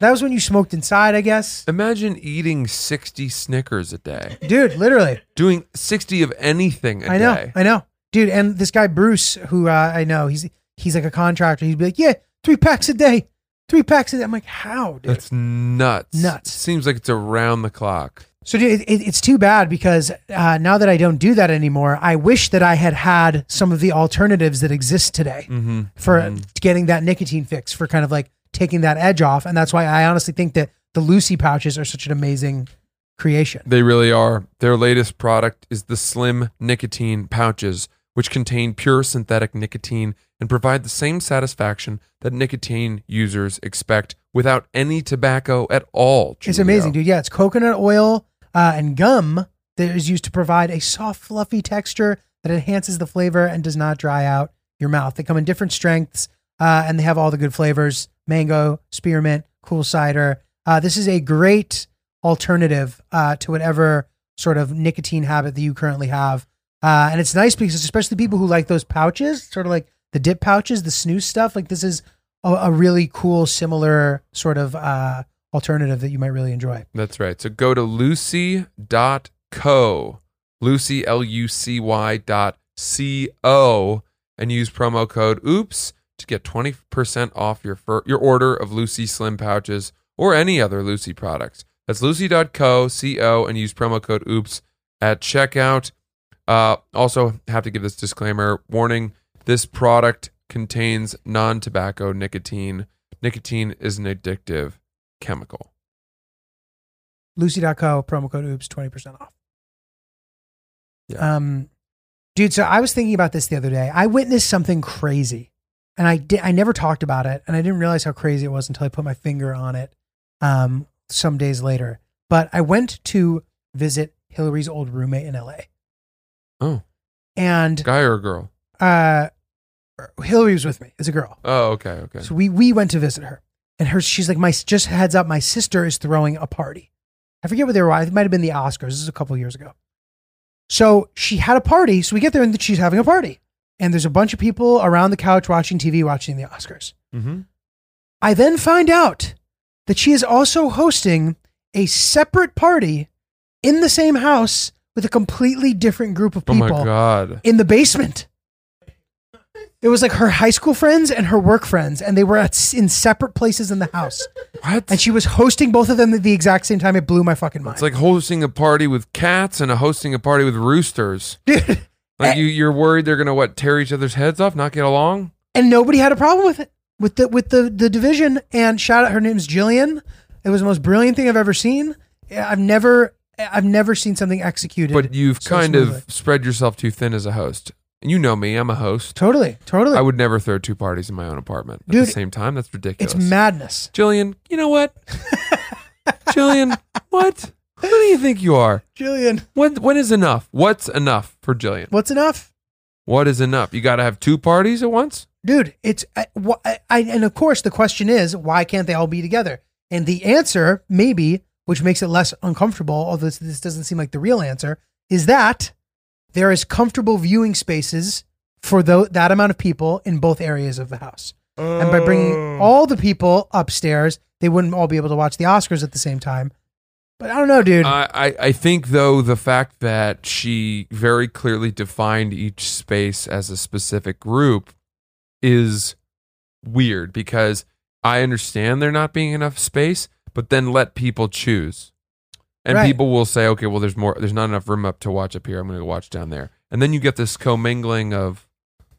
S6: that was when you smoked inside, I guess.
S7: Imagine eating 60 Snickers a day.
S6: Dude, literally,
S7: Doing 60 of anything a
S6: I know,
S7: day.
S6: I know, dude. And this guy Bruce, who uh, I know, he's he's like a contractor. He'd be like, "Yeah, three packs a day, three packs a day." I'm like, "How, dude?"
S7: That's nuts.
S6: Nuts.
S7: Seems like it's around the clock.
S6: So dude, it, it, it's too bad because uh, now that I don't do that anymore, I wish that I had had some of the alternatives that exist today
S7: Mm-hmm.
S6: for getting that nicotine fix, for kind of like taking that edge off. And that's why I honestly think that the Lucy pouches are such an amazing creation.
S7: They really are. Their latest product is the slim nicotine pouches, which contain pure synthetic nicotine and provide the same satisfaction that nicotine users expect without any tobacco at all.
S6: It's
S7: Julio.
S6: amazing, dude. Yeah, it's coconut oil uh, and gum that is used to provide a soft, fluffy texture that enhances the flavor and does not dry out your mouth. They come in different strengths uh, and they have all the good flavors mango, spearmint, cool cider. Uh, this is a great alternative uh, to whatever sort of nicotine habit that you currently have. Uh, and it's nice because, especially people who like those pouches, sort of like the dip pouches, the snooze stuff, like this is a, a really cool, similar sort of uh, alternative that you might really enjoy.
S7: That's right. So go to lucy.co, lucy, L U C Y dot C O, and use promo code OOPS to get 20% off your, fir- your order of Lucy Slim Pouches or any other Lucy products. That's lucy.co, C-O, and use promo code OOPS at checkout. Uh, also, have to give this disclaimer warning this product contains non tobacco nicotine. Nicotine is an addictive chemical.
S6: Lucy.co, promo code OOPS, 20% off.
S7: Yeah.
S6: Um, dude, so I was thinking about this the other day. I witnessed something crazy and I did, I never talked about it and I didn't realize how crazy it was until I put my finger on it um, some days later. But I went to visit Hillary's old roommate in LA
S7: Oh,
S6: and
S7: guy or girl?
S6: uh, Hillary was with me as a girl.
S7: Oh, okay, okay.
S6: So we we went to visit her, and her she's like my just heads up. My sister is throwing a party. I forget what they were. It might have been the Oscars. This is a couple years ago. So she had a party. So we get there and she's having a party, and there's a bunch of people around the couch watching TV, watching the Oscars.
S7: Mm-hmm.
S6: I then find out that she is also hosting a separate party in the same house with a completely different group of
S7: Oh
S6: people
S7: my god.
S6: in the basement. It was like her high school friends and her work friends, and they were at, in separate places in the house.
S7: What?
S6: And she was hosting both of them at the exact same time. It blew my fucking mind.
S7: it's like hosting a party with cats and a hosting a party with roosters.
S6: dude,
S7: Like you, you're worried they're gonna what tear each other's heads off, not get along.
S6: and nobody had a problem with it with the with the the division. And shout out, her name's Jillian. It was the most brilliant thing I've ever seen. Yeah, I've never I've never seen something executed.
S7: But you've
S6: so
S7: kind
S6: smoothly.
S7: of spread yourself too thin as a host. And you know me, I'm a host.
S6: totally totally.
S7: I would never throw two parties in my own apartment at
S6: Dude,
S7: the same time. That's ridiculous.
S6: it's madness.
S7: Jillian, you know what? Jillian, what? Who do you think you are?
S6: Jillian,
S7: When when is enough? What's enough for Jillian?
S6: what's enough?
S7: What is enough? You got to have two parties at once.
S6: dude it's I, wh- I, I and of course the question is why can't they all be together and the answer maybe which makes it less uncomfortable although this, this doesn't seem like the real answer is that there is comfortable viewing spaces for tho- that amount of people in both areas of the house and by bringing all the people upstairs they wouldn't all be able to watch the oscars at the same time but i don't know dude
S7: I, I- I think though the fact that she very clearly defined each space as a specific group is weird because I understand there not being enough space, but then let people choose. And
S6: Right.
S7: people will say, okay, well there's more there's not enough room up to watch up here. I'm gonna go watch down there. And then you get this commingling of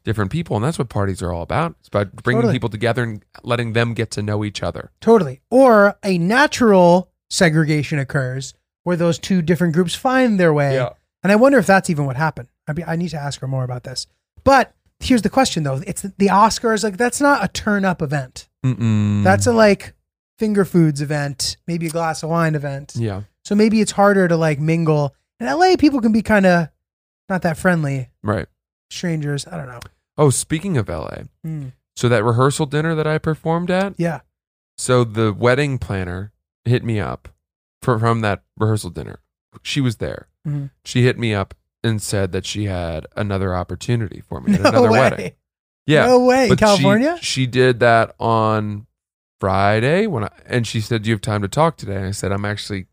S7: different people, and that's what parties are all about. It's about bringing
S6: Totally.
S7: people together and letting them get to know each other.
S6: Totally. Or a natural segregation occurs where those two different groups find their way.
S7: Yeah.
S6: And I wonder if that's even what happened. I mean, I need to ask her more about this. But here's the question though. It's the Oscars like that's not a turn up event.
S7: Mm-mm.
S6: That's a like finger foods event, maybe a glass of wine event.
S7: yeah,
S6: So maybe it's harder to like mingle. In LA people can be kind of not that friendly,
S7: right.
S6: strangers, I don't know.
S7: Oh, speaking of LA,
S6: Hmm.
S7: so that rehearsal dinner that I performed at,
S6: Yeah.
S7: so the wedding planner hit me up for, from that rehearsal dinner. She was there.
S6: Mhm.
S7: She hit me up and said that she had another opportunity for me at another wedding. Yeah.
S6: No way. In
S7: But she-
S6: California?
S7: She, did that on Friday when I, and she said, "Do you have time to talk today?" And I said, "I'm actually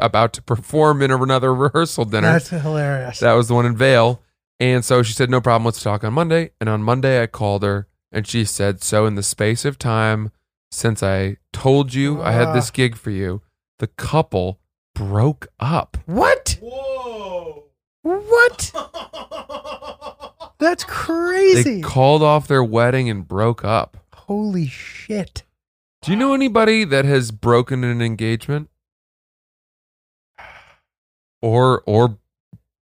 S7: about to perform in another rehearsal dinner."
S6: That's hilarious.
S7: that was the one in Vale, and so she said, "No problem. Let's talk on Monday." And on Monday, I called her, and she said, "So in the space of time since I told you I had this
S6: Ah.
S7: gig for you, the couple broke up."
S6: What? Whoa. What? That's
S7: They
S6: crazy.
S7: called off their wedding and broke up.
S6: Holy shit.
S7: Do you know anybody that has broken an engagement? Or or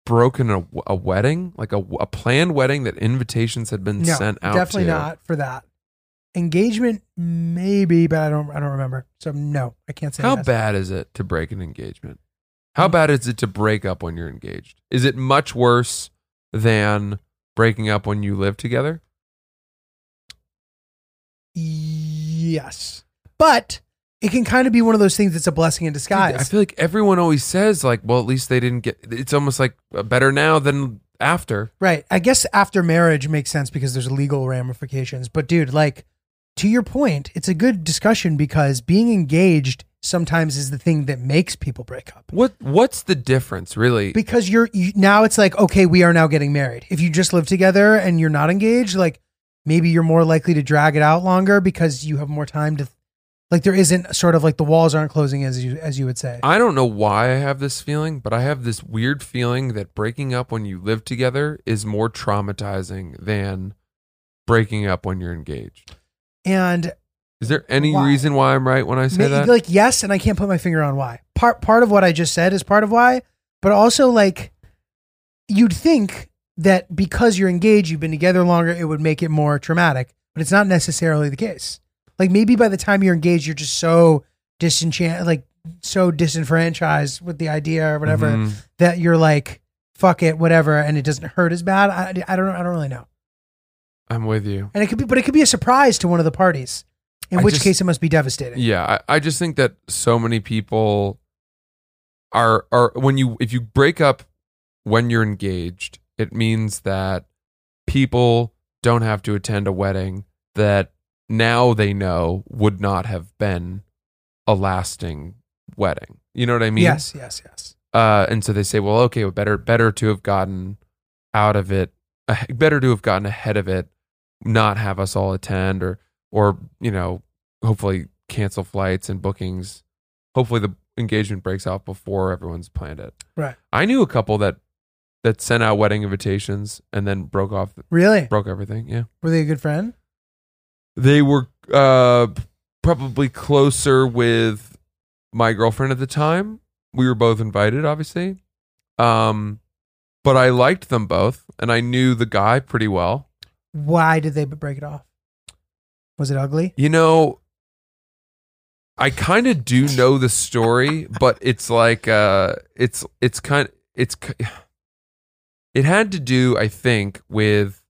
S7: broken a, a wedding, like a, a planned wedding that invitations had been
S6: No,
S7: sent out
S6: definitely
S7: to?
S6: not for that. Engagement, maybe, but I don't. I don't remember. So no, I can't say.
S7: How
S6: yes.
S7: bad is it to break an engagement? How bad is it to break up when you're engaged? Is it much worse than breaking up when you live together?
S6: Yes, but it can kind of be one of those things that's a blessing in
S7: Dude,
S6: disguise.
S7: I feel like everyone always says like, well, at least they didn't get it's almost like uh, better now than after.
S6: Right. I guess after marriage makes sense because there's legal ramifications. But dude, like to your point, it's a good discussion because being engaged sometimes is the thing that makes people break up.
S7: What what's the difference really?
S6: Because you're you, now it's like okay, we are now getting married. If you just live together and you're not engaged, like maybe you're more likely to drag it out longer because you have more time to like there isn't sort of like the walls aren't closing as you as you would say.
S7: I don't know why I have this feeling, but I have this weird feeling that breaking up when you live together is more traumatizing than breaking up when you're engaged.
S6: And
S7: Is there any
S6: Why?
S7: reason why I'm right when I say
S6: Ma-
S7: that?
S6: Like yes, and I can't put my finger on why. Part part of what I just said is part of why, but also like you'd think that because you're engaged, you've been together longer, it would make it more traumatic, but it's not necessarily the case. Like maybe by the time you're engaged, you're just so disenchanted, like so disenfranchised with the idea or whatever
S7: Mhm.
S6: that you're like fuck it, whatever, and it doesn't hurt as bad. I, I don't know. I don't really know.
S7: I'm with you.
S6: And it could be, but it could be a surprise to one of the parties. In
S7: I
S6: which
S7: just-
S6: case, it must be devastating.
S7: Yeah, I, I just think that so many people are are when you if you break up when you're engaged, it means that people don't have to attend a wedding that now they know would not have been a lasting wedding. You know what I mean?
S6: yes, yes, yes.
S7: Uh, and so they say, well, okay, well, better better to have gotten out of it, ah- better to have gotten ahead of it, not have us all attend, or or you know, hopefully cancel flights and bookings. Hopefully the engagement breaks off before everyone's planned it.
S6: Right.
S7: I knew a couple that that sent out wedding invitations and then broke off
S6: Really?
S7: broke everything. Yeah,
S6: Were they a good friend?
S7: they were uh, probably closer with my girlfriend at the time. We were both invited, obviously. Um, but I liked them both, and I knew the guy pretty well.
S6: Why did they b- break it off? Was it ugly?
S7: You know, I kind of do know the story, but it's like uh, it's it's kind it's ki- it had to do, I think, with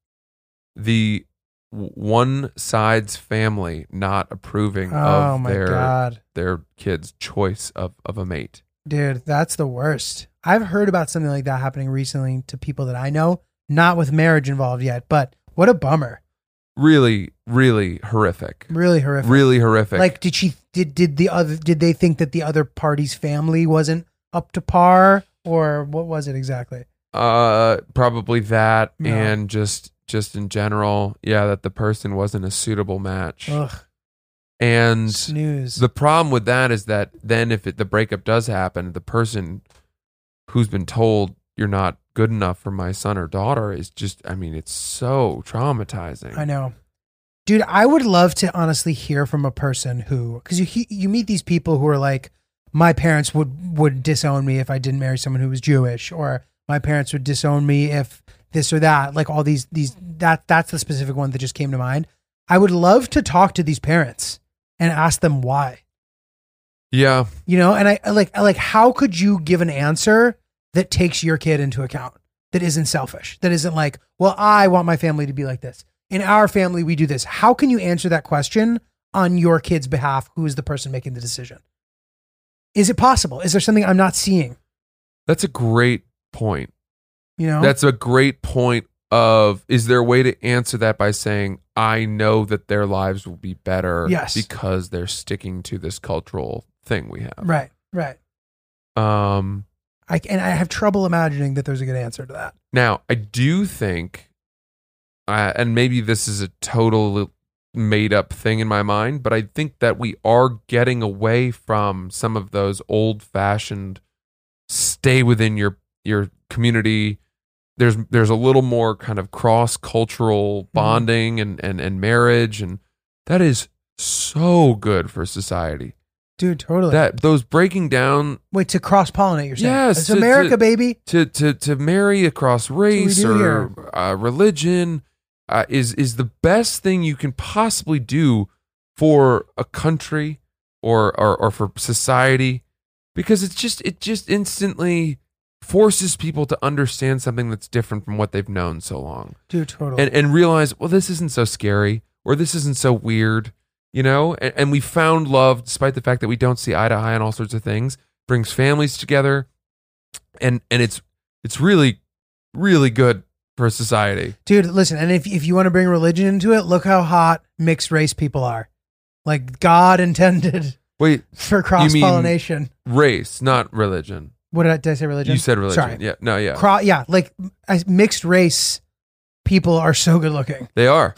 S7: the w- one side's family not approving
S6: Oh
S7: of
S6: my
S7: their
S6: god,
S7: their kid's choice of of a mate.
S6: dude, that's the worst. I've heard about something like that happening recently to people that I know, not with marriage involved yet, but what a bummer.
S7: Really, really horrific.
S6: Really horrific.
S7: Really horrific.
S6: Like did she did did the other did they think that the other party's family wasn't up to par or what was it exactly?
S7: Uh, probably that,
S6: No.
S7: and just just in general, yeah, that the person wasn't a suitable match.
S6: Ugh,
S7: and
S6: snooze.
S7: the problem with that is that then if it, the breakup does happen, the person who's been told you're not good enough for my son or daughter is just, I mean, it's so traumatizing.
S6: I know. Dude, I would love to honestly hear from a person who cuz you he- you meet these people who are like my parents would would disown me if I didn't marry someone who was Jewish or my parents would disown me if this or that, like all these these that that's the specific one that just came to mind. I would love to talk to these parents and ask them why.
S7: Yeah.
S6: You know, and I I like I like how could you give an answer that takes your kid into account? That isn't selfish. That isn't like, well, I want my family to be like this. In our family, we do this. How can you answer that question on your kid's behalf? Who is the person making the decision? Is it possible? Is there something I'm not seeing?
S7: That's a great point.
S6: You know,
S7: That's a great point of is there a way to answer that by saying I know that their lives will be better
S6: Yes.
S7: because they're sticking to this cultural thing we have.
S6: right, right.
S7: Um
S6: I and I have trouble imagining that there's a good answer to that.
S7: Now, I do think, uh, and maybe this is a total made up thing in my mind, but I think that we are getting away from some of those old fashioned stay within your your community. There's there's a little more kind of cross cultural bonding and, and and marriage, and that is so good for society.
S6: Dude, totally.
S7: That those breaking down
S6: Wait, to cross pollinate, you're saying?
S7: Yes,
S6: It's
S7: to-
S6: America,
S7: to-
S6: baby.
S7: to to to marry across
S6: we
S7: race
S6: do
S7: or uh, religion uh, is is the best thing you can possibly do for a country or or, or for society because it's just it just instantly forces people to understand something that's different from what they've known so long
S6: Dude, totally.
S7: and and realize well this isn't so scary or this isn't so weird you know and, and we found love despite the fact that we don't see eye to eye on all sorts of things brings families together and and it's it's really really good for society
S6: Dude, listen, and if if you want to bring religion into it, look how hot mixed race people are. Like God intended
S7: wait
S6: for cross pollination.
S7: race not religion
S6: What did I, did I say? Religion?
S7: you said religion
S6: Sorry.
S7: yeah no yeah
S6: Cro- yeah, like as mixed race people are so good looking.
S7: they are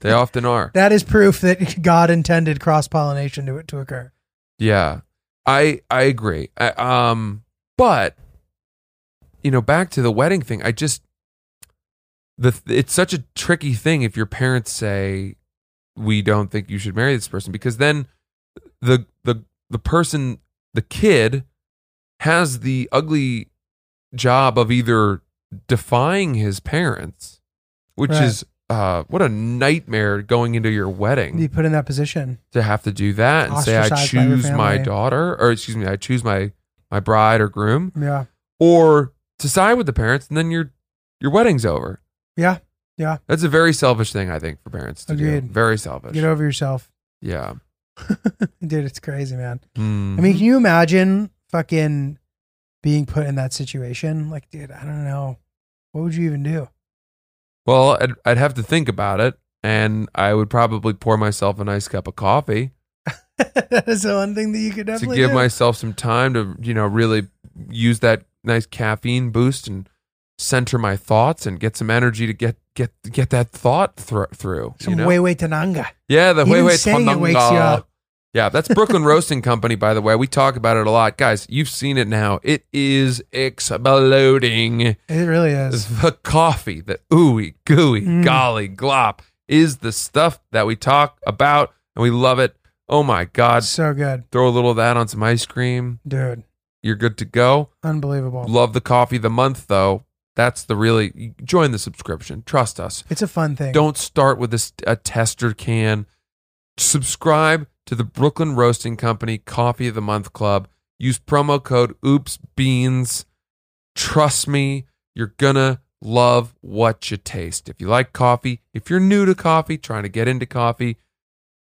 S7: they often are
S6: That is proof that God intended cross pollination to to occur.
S7: Yeah, I I agree. I, um, but you know, back to the wedding thing. I just the it's such a tricky thing if your parents say we don't think you should marry this person because then the the the person the kid has the ugly job of either defying his parents, which
S6: Right.
S7: is uh, what a nightmare going into your wedding
S6: Be put in that position.
S7: to have to do that and say I
S6: Ostracized by your
S7: choose my
S6: family.
S7: daughter or excuse me, I choose my my bride or groom
S6: Yeah,
S7: or to side with the parents and then your your wedding's over.
S6: yeah, yeah.
S7: That's a very selfish thing I think for parents to do.
S6: Agreed.
S7: Very selfish.
S6: Get over yourself,
S7: yeah.
S6: dude. It's crazy, man.
S7: Hmm.
S6: I mean, can you imagine fucking being put in that situation? Like, dude, I don't know. What would you even do?
S7: well, I'd, I'd have to think about it and I would probably pour myself a nice cup of coffee
S6: that is the one thing that you could
S7: to
S6: definitely
S7: give
S6: do.
S7: myself some time to, you know, really use that nice caffeine boost and center my thoughts and get some energy to get get get that thought thr- through you
S6: some
S7: know?
S6: way way tananga.
S7: Yeah, the
S6: Even
S7: Huey
S6: saying it wakes you up.
S7: Yeah, that's Brooklyn Roasting Company, by the way. We talk about it a lot. Guys, you've seen it now. It is exploding.
S6: It really is.
S7: The coffee, the ooey gooey,
S6: Mm.
S7: golly glop, is the stuff that we talk about and we love it. Oh my God.
S6: So good,
S7: Throw a little of that on some ice cream.
S6: dude.
S7: You're good to go.
S6: Unbelievable.
S7: Love the coffee of the month, though. That's the really join the subscription. Trust us.
S6: It's a fun thing.
S7: Don't start with a, st- a tester can. Subscribe to the Brooklyn Roasting Company Coffee of the Month Club. Use promo code OOPSBEANS. Trust me, you're gonna love what you taste. If you like coffee, if you're new to coffee, trying to get into coffee,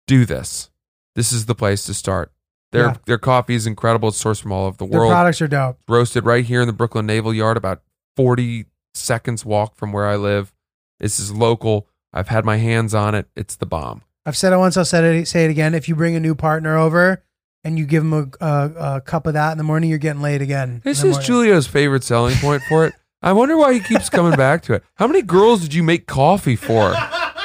S7: do this. This is the place to start. Their
S6: Yeah.
S7: their coffee is incredible. It's sourced from all over the
S6: Their
S7: world
S6: products are dope.
S7: roasted right here in the Brooklyn Naval Yard, about 40 seconds walk from where I live. This is local. I've had my hands on it. It's the bomb.
S6: I've said it once. I'll say it, say it again. If you bring a new partner over and you give them a, a, a cup of that in the morning, you're getting laid again.
S7: This
S6: in the
S7: is
S6: morning.
S7: Julio's favorite selling point for it. I wonder why he keeps coming back to it. How many girls did you make coffee for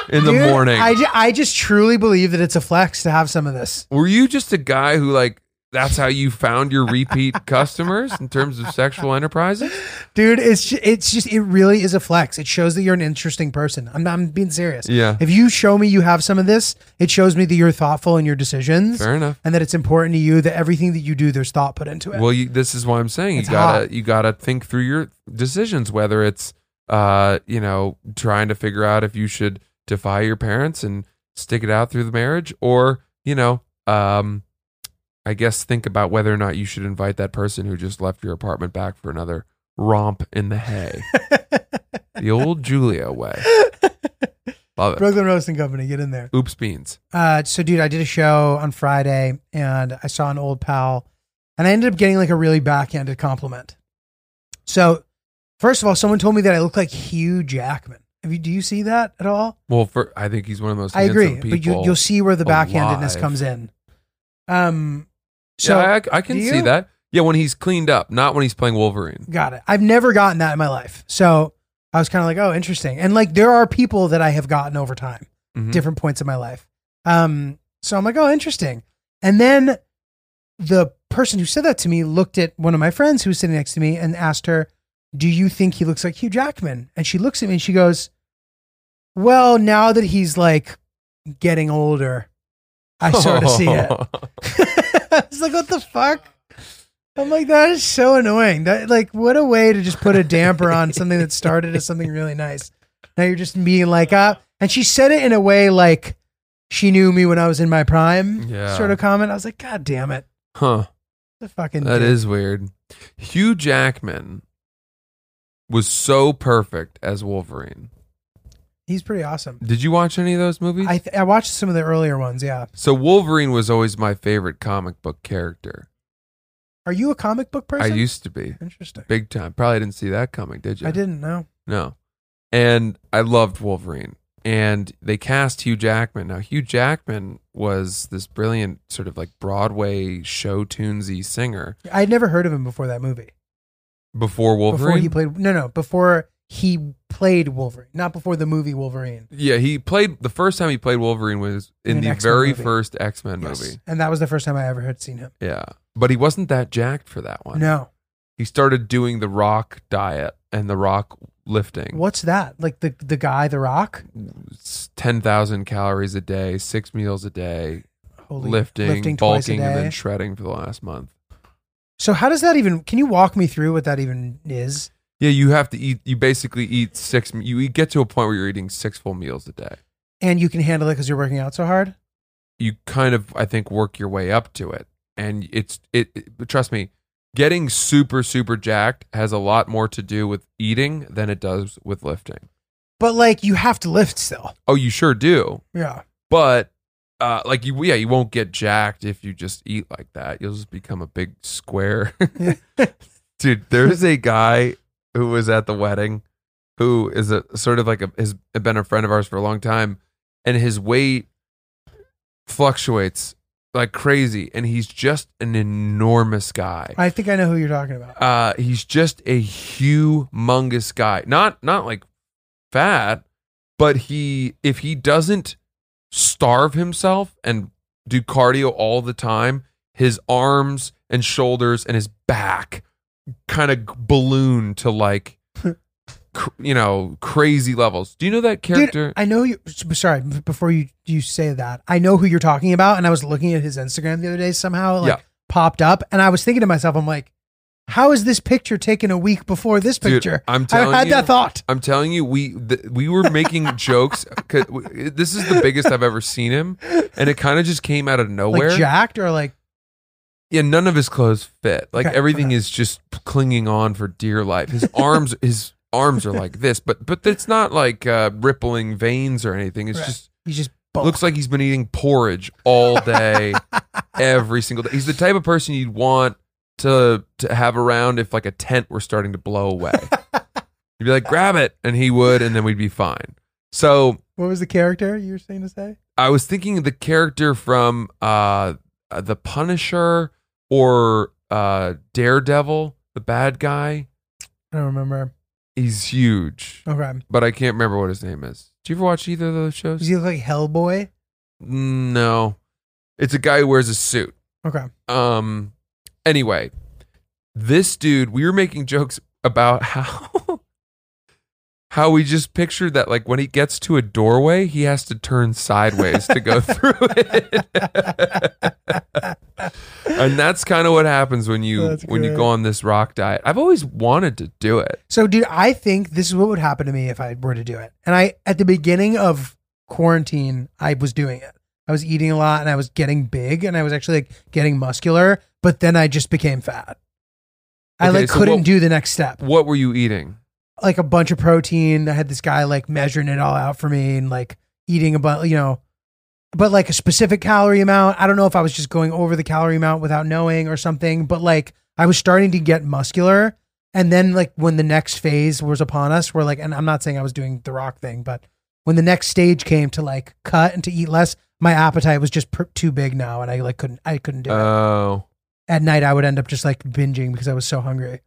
S7: in the
S6: Dude,
S7: morning?
S6: I, ju- I just truly believe that it's a flex to have some of this.
S7: Were you just a guy who like that's how you found your repeat customers in terms of sexual enterprises?
S6: dude. It's ju- it's just it really is a flex. It shows that you're an interesting person. I'm I'm being serious.
S7: Yeah.
S6: If you show me you have some of this, it shows me that you're thoughtful in your decisions.
S7: Fair enough.
S6: And that it's important to you that everything that you do, there's thought put into it.
S7: Well, you, this is why I'm saying you
S6: It's
S7: gotta
S6: hot.
S7: you gotta think through your decisions, whether it's uh, you know trying to figure out if you should defy your parents and stick it out through the marriage, or you know, um, I guess think about whether or not you should invite that person who just left your apartment back for another romp in the hay, the old Julia way. Love it.
S6: Brooklyn Roasting Company, get in there.
S7: Oops, beans.
S6: Uh, so, dude, I did a show on Friday and I saw an old pal, and I ended up getting like a really backhanded compliment. So, first of all, someone told me that I look like Hugh Jackman. Have you, do you see that at all?
S7: Well, for, I think he's one of the most.
S6: I agree,
S7: handsome
S6: but you,
S7: people
S6: you'll see where the backhandedness
S7: alive.
S6: comes in. Um, so
S7: yeah, I, I can
S6: do
S7: see
S6: you?
S7: that. Yeah, when he's cleaned up, not when he's playing Wolverine.
S6: Got it. I've never gotten that in my life. So I was kind of like, oh, interesting. And like, there are people that I have gotten over time,
S7: Mhm.
S6: different points in my life. Um, so I'm like, oh, interesting. And then the person who said that to me looked at one of my friends who was sitting next to me and asked her, do you think he looks like Hugh Jackman? And she looks at me and she goes, well, now that he's like getting older, I sort of see it. I was like, what the fuck? I'm like, that is so annoying. That like, what a way to just put a damper on something that started as something really nice. Now you're just being like, ah. And she said it in a way like she knew me when I was in my prime.
S7: Yeah.
S6: Sort of comment. I was like, God damn it,
S7: Huh.
S6: the fucking.
S7: That
S6: dude.
S7: is weird. Hugh Jackman was so perfect as Wolverine.
S6: He's pretty awesome.
S7: Did you watch any of those movies?
S6: I th- I watched some of the earlier ones. Yeah.
S7: so Wolverine was always my favorite comic book character.
S6: Are you a comic book person?
S7: I used to be.
S6: Interesting.
S7: Big time. Probably didn't see that coming, did you?
S6: I didn't know.
S7: No. And I loved Wolverine. And they cast Hugh Jackman. Now, Hugh Jackman was this brilliant sort of like Broadway show tunesy singer
S6: I had never heard of him before that movie.
S7: before Wolverine.
S6: Before he played. No, no. Before he played Wolverine, not before the movie Wolverine.
S7: yeah, he played the first time he played Wolverine was in,
S6: In an
S7: the
S6: X-Men
S7: very
S6: movie.
S7: first X Men
S6: Yes.
S7: movie.
S6: And that was the first time I ever had seen him.
S7: Yeah. But he wasn't that jacked for that one.
S6: No.
S7: He started doing the rock diet and the rock lifting.
S6: What's that? Like the the guy, The Rock?
S7: It's 10,000 calories a day, six meals a day,
S6: Holy,
S7: lifting,
S6: twice a
S7: bulking, and
S6: day.
S7: then shredding for the last month.
S6: so how does that even? Can you walk me through what that even is?
S7: Yeah, you have to eat. You basically eat six. You eat- get to a point where you're eating six full meals a day.
S6: And you can handle it because you're working out so hard.
S7: You kind of, I think, work your way up to it, and it's it. it- but trust me, getting super super jacked has a lot more to do with eating than it does with lifting.
S6: But like you have to lift still.
S7: Oh, you sure do,
S6: Yeah.
S7: but. Uh, like you, yeah, you won't get jacked if you just eat like that. You'll just become a big square. Dude, there's a guy who was at the wedding who is a sort of like a has been a friend of ours for a long time, and his weight fluctuates like crazy, and he's just an enormous guy.
S6: I think I know who you're talking about.
S7: Uh, he's just a humongous guy. Not not like fat, but he if he doesn't starve himself and do cardio all the time, his arms and shoulders and his back kind of balloon to like cr- you know crazy levels. Do you know that character?
S6: Dude, I know you. Sorry, b- before you you say that, I know who you're talking about, and I was looking at his Instagram the other day. Somehow, it, like
S7: Yeah.
S6: popped up, and I was thinking to myself, I'm like, how is this picture taken a week before this
S7: Dude,
S6: picture?
S7: I'm
S6: I
S7: telling
S6: had
S7: you-
S6: that thought.
S7: I'm telling you, we th- we were making jokes. 'cause we- This is the biggest I've ever seen him, and it kind of just came out of nowhere.
S6: Like jacked or like
S7: Yeah, none of his clothes fit. Like
S6: Okay,
S7: everything
S6: okay.
S7: is just clinging on for dear life. His arms, his arms are like this, but but it's not like uh, rippling veins or anything. It's
S6: Right.
S7: just
S6: he's just bulk.
S7: looks like he's been eating porridge all day, every single day. He's the type of person you'd want to to have around if like a tent were starting to blow away. you'd be like, grab it, and he would, and then we'd be fine. So
S6: What was the character you were saying to say?
S7: I was thinking of the character from uh, uh, The Punisher or uh, Daredevil, the bad guy.
S6: I don't remember.
S7: He's huge,
S6: Okay.
S7: but I can't remember what his name is. Did you ever watch either of those
S6: Does
S7: shows?
S6: he look like Hellboy?
S7: No. It's a guy who wears a suit
S6: Okay.
S7: Um. Anyway, this dude, we were making jokes about how how we just pictured that, like when he gets to a doorway, he has to turn sideways to go through it, and that's kind of what happens when you
S6: That's
S7: when you
S6: great.
S7: go on this rock diet. I've always wanted to do it.
S6: So, dude, I think this is what would happen to me if I were to do it. And I, at the beginning of quarantine, I was doing it. I was eating a lot and I was getting big and I was actually like getting muscular, but then I just became fat. I
S7: Okay,
S6: like
S7: so
S6: couldn't
S7: what-
S6: do the next step.
S7: What were you eating?
S6: Like a bunch of protein. I had this guy like measuring it all out for me and like eating a bunch, you know, but like a specific calorie amount. I don't know if I was just going over the calorie amount without knowing or something, but like I was starting to get muscular. And then like when the next phase was upon us, we're like, and I'm not saying I was doing the rock thing, but when the next stage came to like cut and to eat less, my appetite was just pr- too big now, and I like couldn't, I couldn't do it.
S7: Oh,
S6: At night, I would end up just like binging because I was so hungry.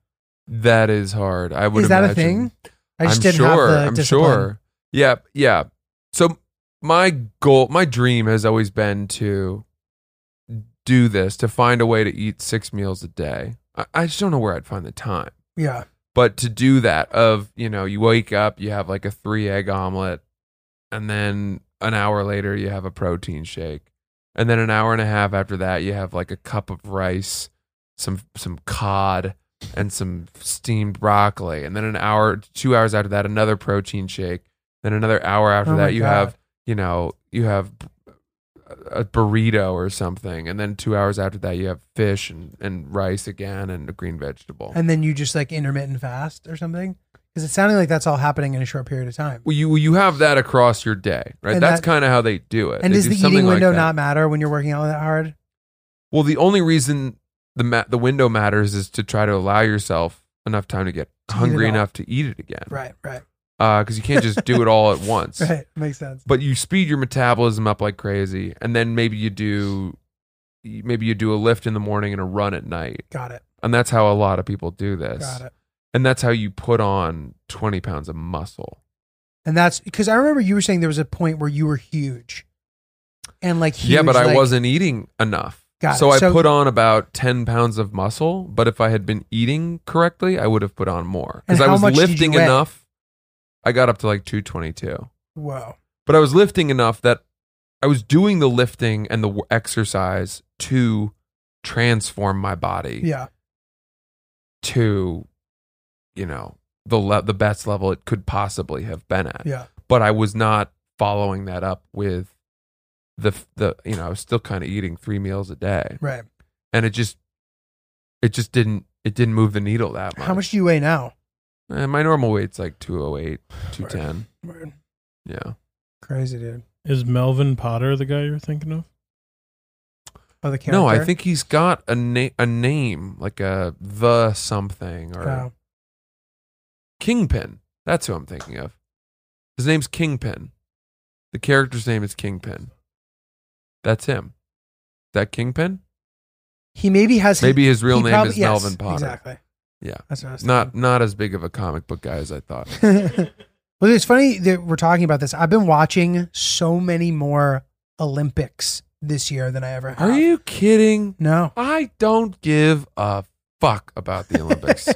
S7: that is hard. I would.
S6: Is that a
S7: imagine.
S6: thing? I just
S7: am
S6: didn't
S7: sure,
S6: have the
S7: I'm
S6: discipline.
S7: sure. Yeah, yeah. So my goal, my dream has always been to do this, to find a way to eat six meals a day. I, I just don't know where I'd find the time.
S6: Yeah,
S7: But to do that of, you know, you wake up, you have like a three egg omelet, and then an hour later you have a protein shake. And then an hour and a half after that you have like a cup of rice, some some cod, and some steamed broccoli. And then an hour two hours after that, another protein shake. Then another hour after
S6: Oh my
S7: that you
S6: God.
S7: have, you know, you have a burrito or something. And then two hours after that you have fish and, and rice again and a green vegetable.
S6: and then you just like intermittent fast or something because it's sounding like that's all happening in a short period of time.
S7: Well, you you have that across your day, right?
S6: And
S7: That's
S6: that-
S7: kind of how they do it.
S6: And
S7: Uh, They
S6: does
S7: do
S6: the
S7: something
S6: eating window
S7: like that.
S6: not matter when you're working out that hard?
S7: Well, the only reason the ma- the window matters is to try to allow yourself enough time to get
S6: To eat it
S7: hungry
S6: all.
S7: enough to eat it again,
S6: Right, right,
S7: Because you can't just do it all at once.
S6: right. Makes sense.
S7: But you speed your metabolism up like crazy, and then maybe you do maybe you do a lift in the morning and a run at night,
S6: Got it.
S7: and that's how a lot of people do this.
S6: Got it.
S7: And that's how you put on twenty pounds of muscle.
S6: And that's because I remember you were saying there was a point where you were huge, and like huge,
S7: yeah, but I
S6: like-
S7: wasn't eating enough.
S6: Got it.
S7: so I
S6: So-
S7: put on about 10 pounds of muscle, but if I had been eating correctly, I would have put on more. Because
S6: And
S7: I
S6: how
S7: was
S6: much did
S7: lifting
S6: you weigh?
S7: enough. I got up to like 222.
S6: Whoa.
S7: But I was lifting enough that I was doing the lifting and the w- exercise to transform my body
S6: Yeah.
S7: to, you know, the, le- the best level it could possibly have been at
S6: Yeah.
S7: but I was not following that up with the the you know I was still kind of eating three meals a day,
S6: Right.
S7: and it just it just didn't it didn't move the needle that much.
S6: How much do you weigh now?
S7: you- my normal weight's like 208, 210. Yeah,
S6: Crazy dude.
S3: Is Melvin Potter the guy you're thinking of?
S6: Oh, the character.
S7: no, I think he's got a name a name like a the something or
S6: Oh.
S7: Kingpin. That's who I'm thinking of. His name's Kingpin. The character's name is Kingpin. That's him. That Kingpin?
S6: He maybe has.
S7: Maybe his real
S6: he
S7: name
S6: probably-
S7: is
S6: yes,
S7: Melvin Potter.
S6: Exactly.
S7: Yeah.
S6: That's what I was thinking.
S7: Not not as big of a comic book guy as I thought.
S6: well, it's funny that we're talking about this. I've been watching so many more Olympics this year than I ever have.
S7: Are you kidding?
S6: No.
S7: I don't give a fuck about the Olympics.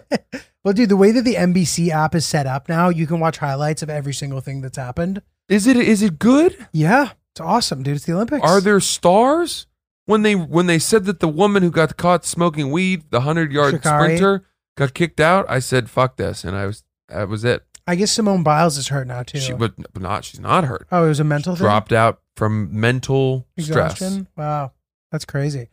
S6: well, dude, the way that the NBC app is set up now, you can watch highlights of every single thing that's happened.
S7: is it is it good?
S6: Yeah, it's awesome, dude. It's the Olympics.
S7: Are there stars? When they when they said that the woman who got caught smoking weed, the hundred yard
S6: Shikari?
S7: sprinter, got kicked out, I said fuck this, and I was that was it.
S6: I guess Simone Biles is hurt now too.
S7: She but but not she's not hurt.
S6: oh, it was a mental thing.
S7: Dropped out from mental stress.
S6: Exhaustion. Wow, that's crazy.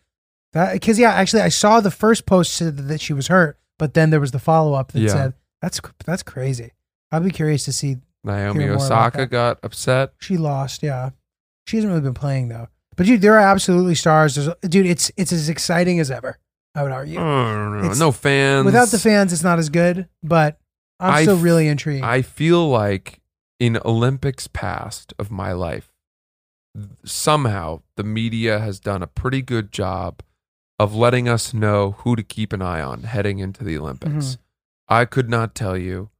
S6: That because yeah, actually, I saw the first post said that she was hurt, but then there was the follow up that
S7: Yeah.
S6: said that's that's crazy. I'd be curious to see
S7: Naomi
S6: Hear more about
S7: Osaka
S6: that.
S7: got upset.
S6: She lost, yeah. She hasn't really been playing though. But dude, there are absolutely stars. There's, dude, it's it's as exciting as ever. I would argue.
S7: I don't know.
S6: It's-
S7: No fans.
S6: Without the fans, it's not as good. But I'm
S7: I
S6: still
S7: f-
S6: really intrigued.
S7: I feel like in Olympics past of my life, th- somehow the media has done a pretty good job of letting us know who to keep an eye on heading into the Olympics.
S6: Mm-hmm.
S7: I could not tell you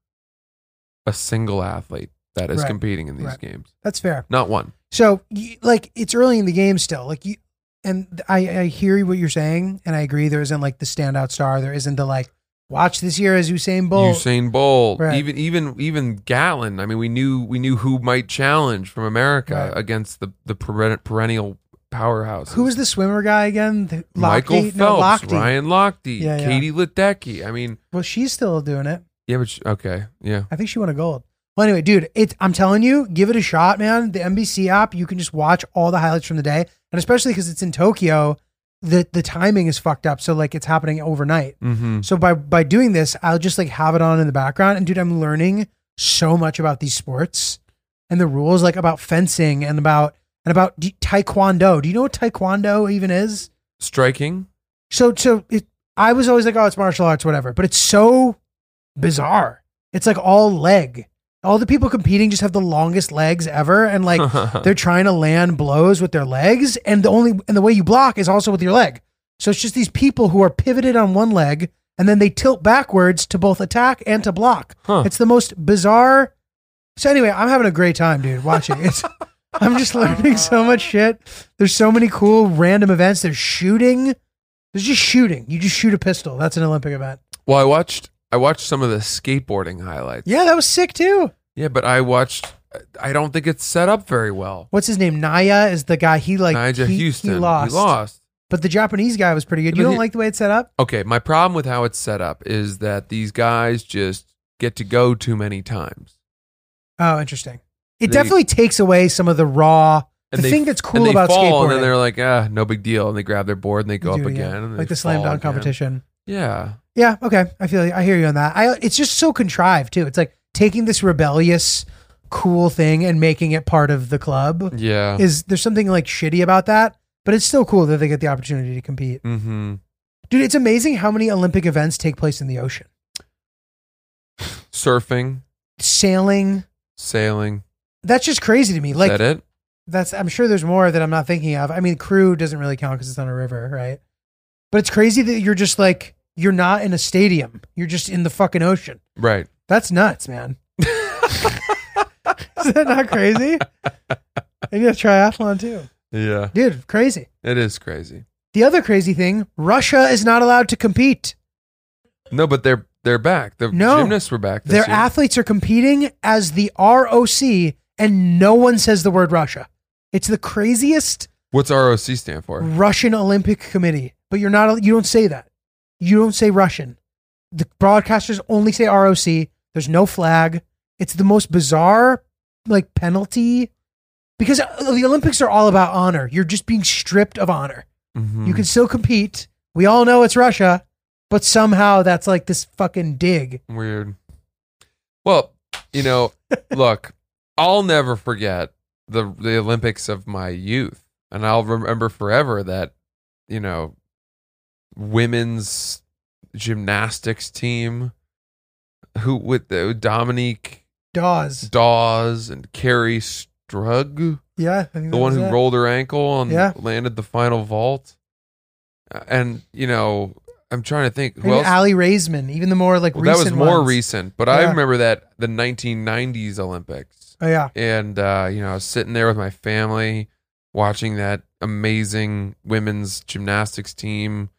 S7: a single athlete that is
S6: Right.
S7: competing in these
S6: Right.
S7: games.
S6: That's fair.
S7: Not one.
S6: So, you, like, it's early in the game still. Like, you, and th- I, I hear what you're saying, and I agree. There isn't like the standout star. There isn't the like watch this year as Usain Bolt.
S7: Usain Bolt,
S6: Right.
S7: even even even Gatlin. I mean, we knew we knew who might challenge from America
S6: Right.
S7: against the the peren- perennial powerhouse.
S6: Who was the swimmer guy again? The,
S7: Michael
S6: Lochte?
S7: Phelps,
S6: no, Lochte.
S7: Ryan Lochte,
S6: Yeah, yeah.
S7: Katie Ledecky. I mean,
S6: Well, she's still doing it.
S7: yeah, but sh okay, yeah.
S6: I think she won a gold. Well, anyway, dude, it's I'm telling you, give it a shot, man. The NBC app, you can just watch all the highlights from the day, and especially because it's in Tokyo, the the timing is fucked up. So like, it's happening overnight.
S7: Mm-hmm.
S6: So by by doing this, I'll just like have it on in the background, and dude, I'm learning so much about these sports and the rules, like about fencing and about and about d- taekwondo. Do you know what taekwondo even is?
S7: Striking.
S6: So so it, I was always like, oh, it's martial arts, whatever. But it's so bizarre. It's like all leg. All the people competing just have the longest legs ever, and like they're trying to land blows with their legs, and the only and the way you block is also with your leg. So it's just these people who are pivoted on one leg, and then they tilt backwards to both attack and to block.
S7: Huh.
S6: It's the most bizarre. So anyway, I'm having a great time, dude, watching it. I'm just learning so much shit. There's so many cool random events. There's shooting. There's just shooting. You just shoot a pistol. That's an Olympic event.
S7: Well, I watched I watched some of the skateboarding highlights.
S6: Yeah, that was sick too.
S7: Yeah, but I watched. I don't think it's set up very well.
S6: What's his name? Naya is the guy. He like
S7: Nigel
S6: he,
S7: Houston,
S6: He lost. But the Japanese guy was pretty good.
S7: But
S6: You don't
S7: he-
S6: like the way it's set up?
S7: Okay, my problem with how it's set up is that these guys just get to go too many times.
S6: Oh, interesting. It
S7: They-
S6: definitely takes away some of the raw. The
S7: they-
S6: thing that's cool
S7: and they
S6: about
S7: fall,
S6: skateboarding,
S7: and then they're like, ah, no big deal, and they grab their board and they
S6: You
S7: go up
S6: do it
S7: again, and then
S6: like
S7: they
S6: the slam
S7: fall
S6: dunk
S7: again.
S6: competition.
S7: Yeah,
S6: Yeah, okay. I feel you. I hear you on that. I it's just so contrived too. It's like taking this rebellious, cool thing and making it part of the club.
S7: yeah.
S6: Is there's something like shitty about that? But it's still cool that they get the opportunity to compete.
S7: mm-hmm.
S6: Dude, it's amazing how many Olympic events take place in the ocean.
S7: Surfing,
S6: Sailing,
S7: sailing.
S6: that's just crazy to me.
S7: Is
S6: Like
S7: that it?
S6: that's I'm sure there's more that I'm not thinking of. I mean, crew doesn't really count because it's on a river, right? But it's crazy that you're just like you're not in a stadium. You're just in the fucking ocean.
S7: Right.
S6: That's nuts, man. Is that not crazy? And you have triathlon too,
S7: Yeah,
S6: dude. Crazy.
S7: it is crazy.
S6: The other crazy thing: Russia is not allowed to compete.
S7: No, but they're they're back. The
S6: No.
S7: gymnasts were back. This
S6: Their
S7: year.
S6: athletes are competing as the ROC, and no one says the word Russia. It's the craziest
S7: What's ROC stand for?
S6: Russian Olympic Committee, but you're not. You don't say that. You don't say Russian. The broadcasters only say ROC. There's no flag. It's the most bizarre, like penalty, because uh, the Olympics are all about honor. You're just being stripped of honor.
S7: Mhm.
S6: Mm-hmm. You can still compete. We all know it's Russia, but somehow that's like this fucking dig.
S7: Weird. Well, you know, look, I'll never forget the the Olympics of my youth, and I'll remember forever that you know women's gymnastics team who with the Dominique
S6: Dawes.
S7: Dawes and Carrie Strug,
S6: Yeah, I think
S7: the
S6: that
S7: one
S6: was
S7: who
S6: it.
S7: rolled her ankle and
S6: Yeah.
S7: landed the final vault, Uh, and you know, I'm trying to think who
S6: Maybe
S7: else.
S6: Ali Raisman, even the more like
S7: Well,
S6: recent
S7: that was more
S6: ones.
S7: recent, but
S6: Yeah.
S7: I remember that the 1990s Olympics,
S6: Oh yeah,
S7: and uh, you know, I was sitting there with my family watching that amazing women's gymnastics team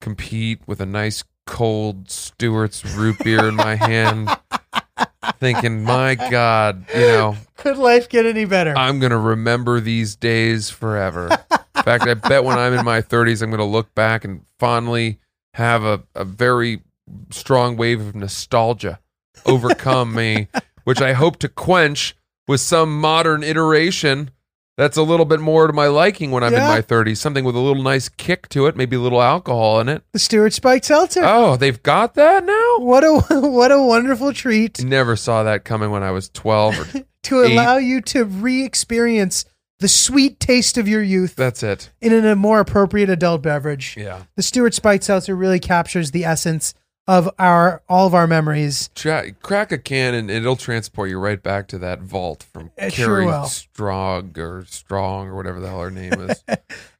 S7: compete with a nice cold Stewart's root beer in my hand, thinking, "My God, you know,
S6: could life get any better?
S7: I'm gonna remember these days forever." In fact, I bet when I'm in my 30s, I'm gonna look back and fondly have a, a very strong wave of nostalgia overcome me, which I hope to quench with some modern iteration that's a little bit more to my liking when I'm in
S6: Yeah.
S7: my 30s. Something with a little nice kick to it, maybe a little alcohol in it.
S6: the Stewart Spike Seltzer.
S7: Oh, they've got that now.
S6: what a what a wonderful treat
S7: Never saw that coming when I was 12 or
S6: to
S7: Eight.
S6: allow you to re-experience the sweet taste of your youth
S7: that's it.
S6: in an- a more appropriate adult beverage.
S7: Yeah.
S6: The Stewart Spike Seltzer really captures the essence of our all of our memories.
S7: Try, crack a can and it'll transport you right back to that vault from
S6: It sure
S7: Carrie
S6: will.
S7: Strog or Strong or whatever the hell her name is.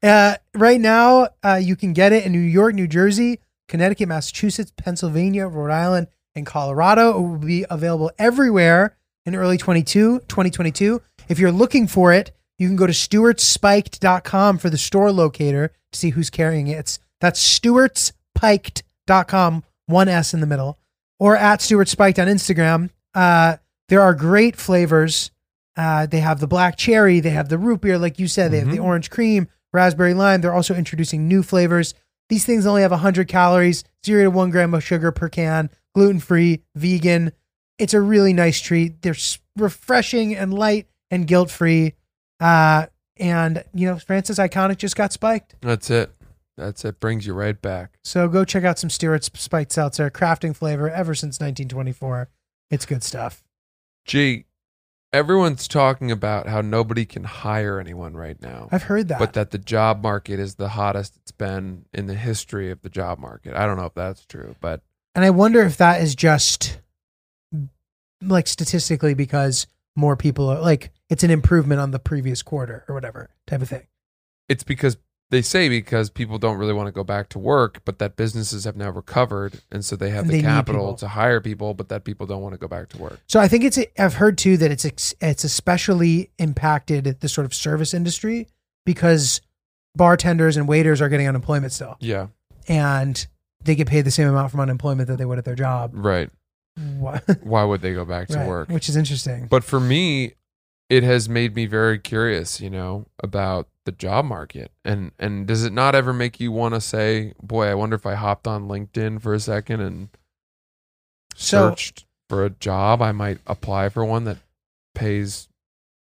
S6: Uh, right now, uh, you can get it in New York, New Jersey, Connecticut, Massachusetts, Pennsylvania, Rhode Island, and Colorado. It will be available everywhere in early 22, 2022. If you're looking for it, You can go to stewartspiked.com for the store locator to see who's carrying it. It's, that's stewartspiked.com, one S in the middle, or at stewartspiked on Instagram. Uh, there are great flavors. Uh, they have the black cherry, they have the root beer, like you said, they have the orange cream, raspberry lime. They're also introducing new flavors. These things only have 100 calories, zero to one gram of sugar per can, gluten free, vegan. It's a really nice treat. They're s- refreshing and light and guilt free. Uh, and, you know, Francis Iconic just got spiked.
S7: That's it. That's it. Brings you right back.
S6: So go check out some Stewart's Spiked Seltzer, crafting flavor ever since 1924. It's good stuff.
S7: Gee, everyone's talking about how nobody can hire anyone right now.
S6: I've heard that.
S7: But that the job market is the hottest it's been in the history of the job market. I don't know if that's true, but
S6: And I wonder if that is just like statistically because more people are like it's an improvement on the previous quarter or whatever type of thing.
S7: it's because they say because people don't really want to go back to work, but that businesses have now recovered, and so they have
S6: And
S7: the
S6: they need
S7: capital
S6: people.
S7: to hire people, but that people don't want to go back to work.
S6: So I think it's I've heard too that it's ex- it's especially impacted the sort of service industry because bartenders and waiters are getting unemployment still
S7: Yeah,
S6: and they get paid the same amount from unemployment that they would at their job.
S7: right.
S6: What?
S7: Why would they go back Mm. to
S6: Right,
S7: work?
S6: which is interesting.
S7: But for me, it has made me very curious, you know, about the job market. And and does it not ever make you want to say, "Boy, I wonder if I hopped on LinkedIn for a second and
S6: So-
S7: searched for a job, I might apply for one that pays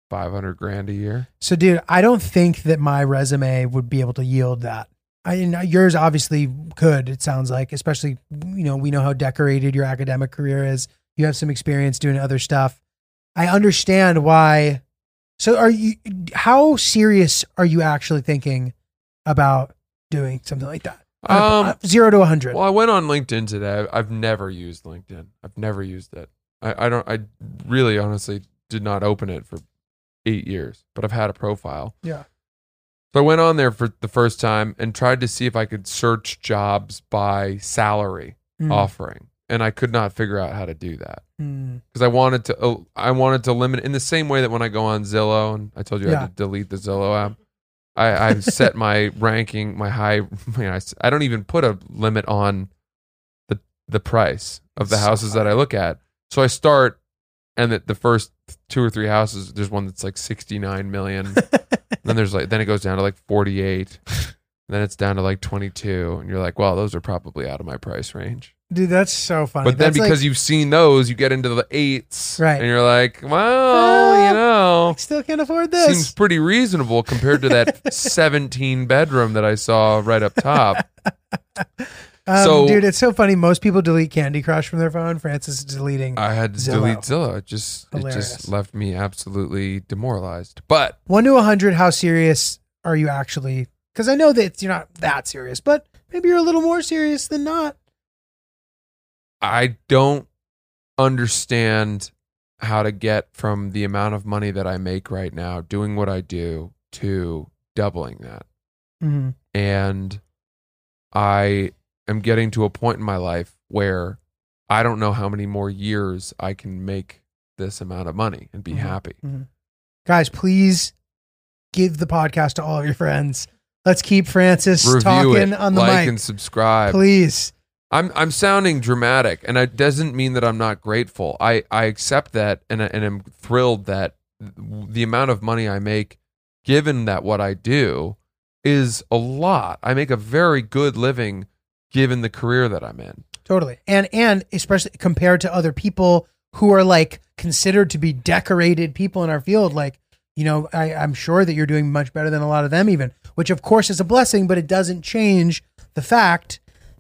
S7: 500 grand a year."
S6: So, dude, I don't think that my resume would be able to yield that. I and yours obviously could. It sounds like, especially you know, we know how decorated your academic career is. You have some experience doing other stuff. I understand why. So, are you? How serious are you actually thinking about doing something like that? Uh,
S7: Um,
S6: zero to a hundred.
S7: Well, I went on LinkedIn today. I've never used LinkedIn. I've never used it. I, I don't. I really, honestly, did not open it for eight years. But I've had a profile.
S6: Yeah.
S7: So I went on there for the first time and tried to see if I could search jobs by salary
S6: Mm,
S7: offering, and I could not figure out how to do that
S6: mm.
S7: because I wanted to. Uh, I wanted to limit in the same way that when I go on Zillow, and I told you I
S6: Yeah.
S7: had to delete the Zillow app. I, I set my ranking, my high. You know, I, s- I don't even put a limit on the the price of the
S6: So
S7: houses that I look at. So I start, and the, the first two or three houses, there's one that's like sixty nine million. then there's like, then it goes down to like forty eight. Then it's down to like twenty two, and you're like, well, those are probably out of my price range.
S6: Dude, that's so funny.
S7: But then
S6: That's like-
S7: because you've seen those, you get into the eights,
S6: Right.
S7: And you're like, well,
S6: Well,
S7: you know,
S6: I still can't afford this.
S7: seems pretty reasonable compared to that 17 bedroom that I saw right up top.
S6: Um,
S7: So-
S6: dude, it's so funny. Most people delete Candy Crush from their phone. Francis is deleting.
S7: I had to
S6: Zillow.
S7: delete Zillow. It just it
S6: Hilarious.
S7: just left me absolutely demoralized. But
S6: One to a hundred. How serious are you actually? Because I know that you're not that serious, but maybe you're a little more serious than not.
S7: I don't understand how to get from the amount of money that I make right now doing what I do to doubling that.
S6: Mm-hmm.
S7: and I am getting to a point in my life where I don't know how many more years I can make this amount of money and be
S6: Mhm.
S7: happy.
S6: Guys, please give the podcast to all of your friends. Let's keep Francis
S7: Review
S6: talking
S7: it,
S6: on the
S7: like
S6: mic,
S7: and subscribe.
S6: please.
S7: I'm I'm sounding dramatic, and it doesn't mean that I'm not grateful. I I accept that, and I- and I'm thrilled that the amount of money I make, given that what I do, is a lot. I make a very good living, given the career that I'm in.
S6: Totally. And and especially compared to other people who are like considered to be decorated people in our field, like, you know, I, I'm sure that you're doing much better than a lot of them even, which of course is a blessing, but it doesn't change the fact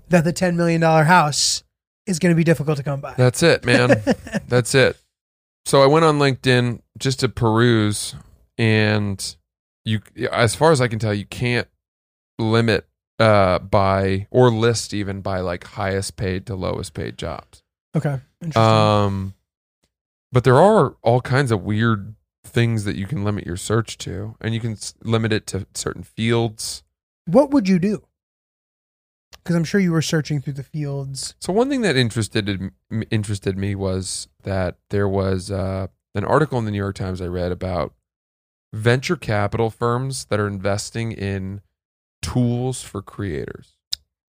S6: that the ten million dollar house is gonna be difficult to come by.
S7: That's it, man. That's it. So I went on LinkedIn just to peruse, and you, as far as I can tell, you can't limit uh by or list even by like highest paid to lowest paid jobs.
S6: okay. Interesting.
S7: Um, but there are all kinds of weird things that you can limit your search to, and you can s- limit it to certain fields.
S6: what would you do? Because I'm sure you were searching through the fields.
S7: So one thing that interested m- interested me was that there was uh, an article in the New York Times I read about venture capital firms that are investing in tools for creators.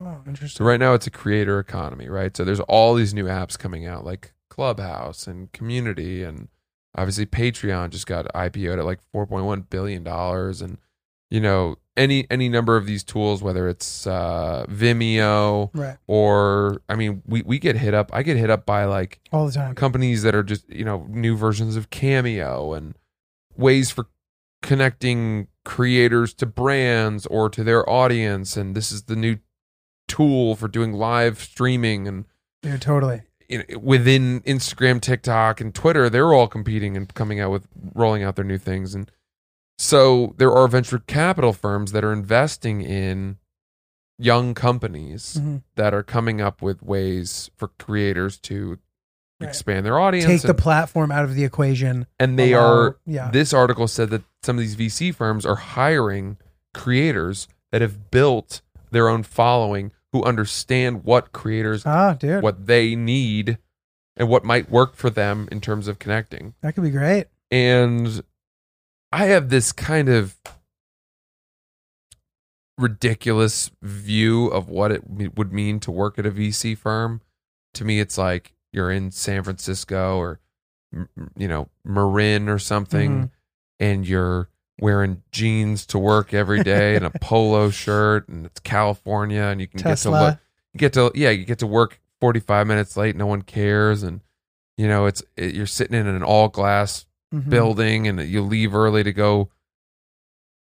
S6: Oh,
S7: So
S6: interesting.
S7: right now it's a creator economy, right? So there's all these new apps coming out like Clubhouse and Community and obviously Patreon just got IPO'd at like 4.1 billion dollars and you know any any number of these tools whether it's uh Vimeo
S6: Right.
S7: or I mean we we get hit up I get hit up by like
S6: All the time.
S7: companies that are just you know new versions of cameo and ways for connecting creators to brands or to their audience and this is the new tool for doing live streaming and
S6: Dude, totally.
S7: you know, within Instagram, TikTok, and Twitter, they're all competing and coming out with rolling out their new things. And so there are venture capital firms that are investing in young companies
S6: Mhm.
S7: that are coming up with ways for creators to
S6: Right.
S7: expand their audience.
S6: Take the
S7: and,
S6: platform out of the equation.
S7: and they
S6: allow-
S7: are,
S6: yeah.
S7: this article said that some of these VC firms are hiring creators that have built their own following who understand what creators
S6: Ah, dude,
S7: what they need and what might work for them in terms of connecting.
S6: that could be great.
S7: And I have this kind of ridiculous view of what it me- would mean to work at a VC firm. To me, it's like you're in San Francisco or, m- m- you know, Marin or something,
S6: Mhm.
S7: and you're wearing jeans to work every day and a polo shirt, and it's California, and you can get to look
S6: Tesla.
S7: you get to yeah you get to work 45 minutes late no one cares and you know it's it, you're sitting in an all glass
S6: Mhm.
S7: Mm-hmm. building and you leave early to go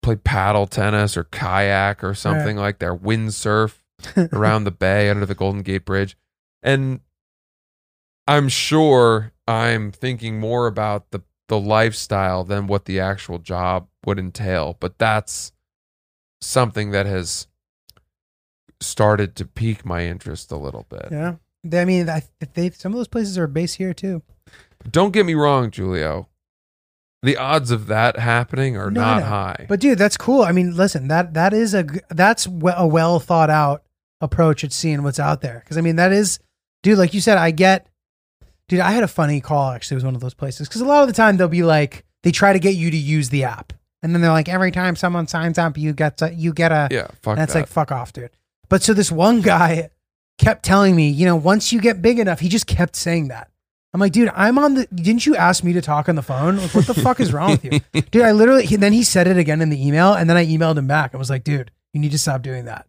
S7: play paddle tennis or kayak or something like that or windsurf around the bay under the golden gate bridge and i'm sure i'm thinking more about the the lifestyle than what the actual job would entail but that's something that has started to pique my interest a little bit
S6: Yeah. They- I mean, I, if they some of those places are based here too.
S7: don't get me wrong julio the odds of that happening are
S6: No,
S7: not
S6: no.
S7: high
S6: But dude, that's cool. I mean, listen, that that is a g- that's we- a well thought out approach at seeing what's out there. Because I mean, that is, dude. Like you said, I get, dude. I had a funny call actually. It was one of those places because a lot of the time they'll be like they try to get you to use the app, and then they're like every time someone signs up, you get to, you get a
S7: yeah fuck
S6: and that's
S7: that.
S6: like fuck off, dude. But so this one guy kept telling me, you know, once you get big enough, he just kept saying that. I'm like, dude, I'm on the. Didn't you ask me to talk on the phone? Like, what the fuck is wrong with you, dude? I literally. He, then he said it again in the email, and then I emailed him back. I was like, dude, you need to stop doing that.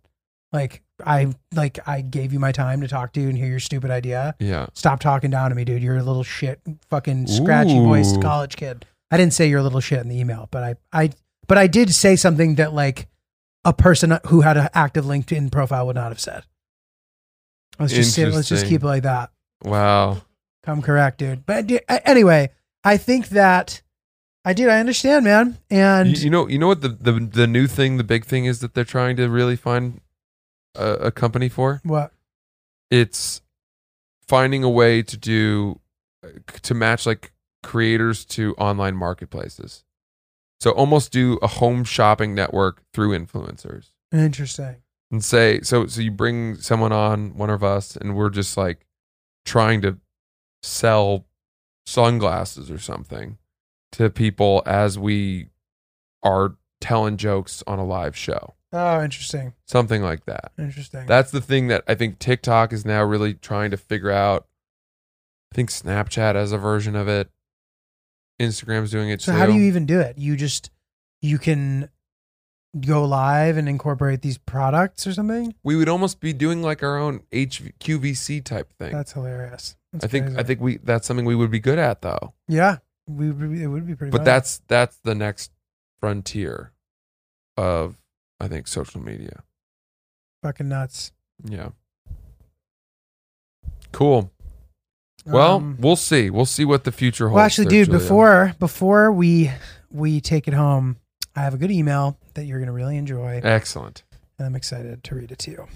S6: Like, I like I gave you my time to talk to you and hear your stupid idea.
S7: yeah
S6: Stop talking down to me, dude. You're a little shit, fucking scratchy voiced
S7: Ooh.
S6: college kid. I didn't say you're a little shit in the email, but I, I, but I did say something that like a person who had an active LinkedIn profile would not have said. Let's just say, let's just
S7: Interesting.
S6: keep it like that.
S7: Wow.
S6: Come correct, dude. But dude, a- anyway, I think that I did. I understand, man. And
S7: you, you know, you know what the, the the new thing, the big thing is that they're trying to really find a, a company for.
S6: what?
S7: It's finding a way to do uh, to match like creators to online marketplaces. So almost do a home shopping network through influencers
S6: Interesting.
S7: and say so so you bring someone on one of us and we're just like trying to sell sunglasses or something to people as we are telling jokes on a live show
S6: Oh, interesting.
S7: something like that
S6: Interesting.
S7: that's the thing that i think tiktok is now really trying to figure out i think snapchat has a version of it instagram's doing it
S6: So
S7: too
S6: how do you even do it? You just you can go live and incorporate these products or something.
S7: we would almost be doing like our own HV- qvc type thing
S6: That's hilarious. That's
S7: i think
S6: crazy.
S7: i think we that's something we would be good at though
S6: yeah, we would be- it would be pretty.
S7: but
S6: fun.
S7: that's that's the next frontier of i think social media
S6: fucking nuts.
S7: yeah cool well
S6: Um,
S7: we'll see we'll see what the future holds
S6: well, actually,
S7: there,
S6: dude,
S7: Julia.
S6: before before we we take it home, I have a good email that you're gonna really enjoy,
S7: excellent
S6: and I'm excited to read it to you.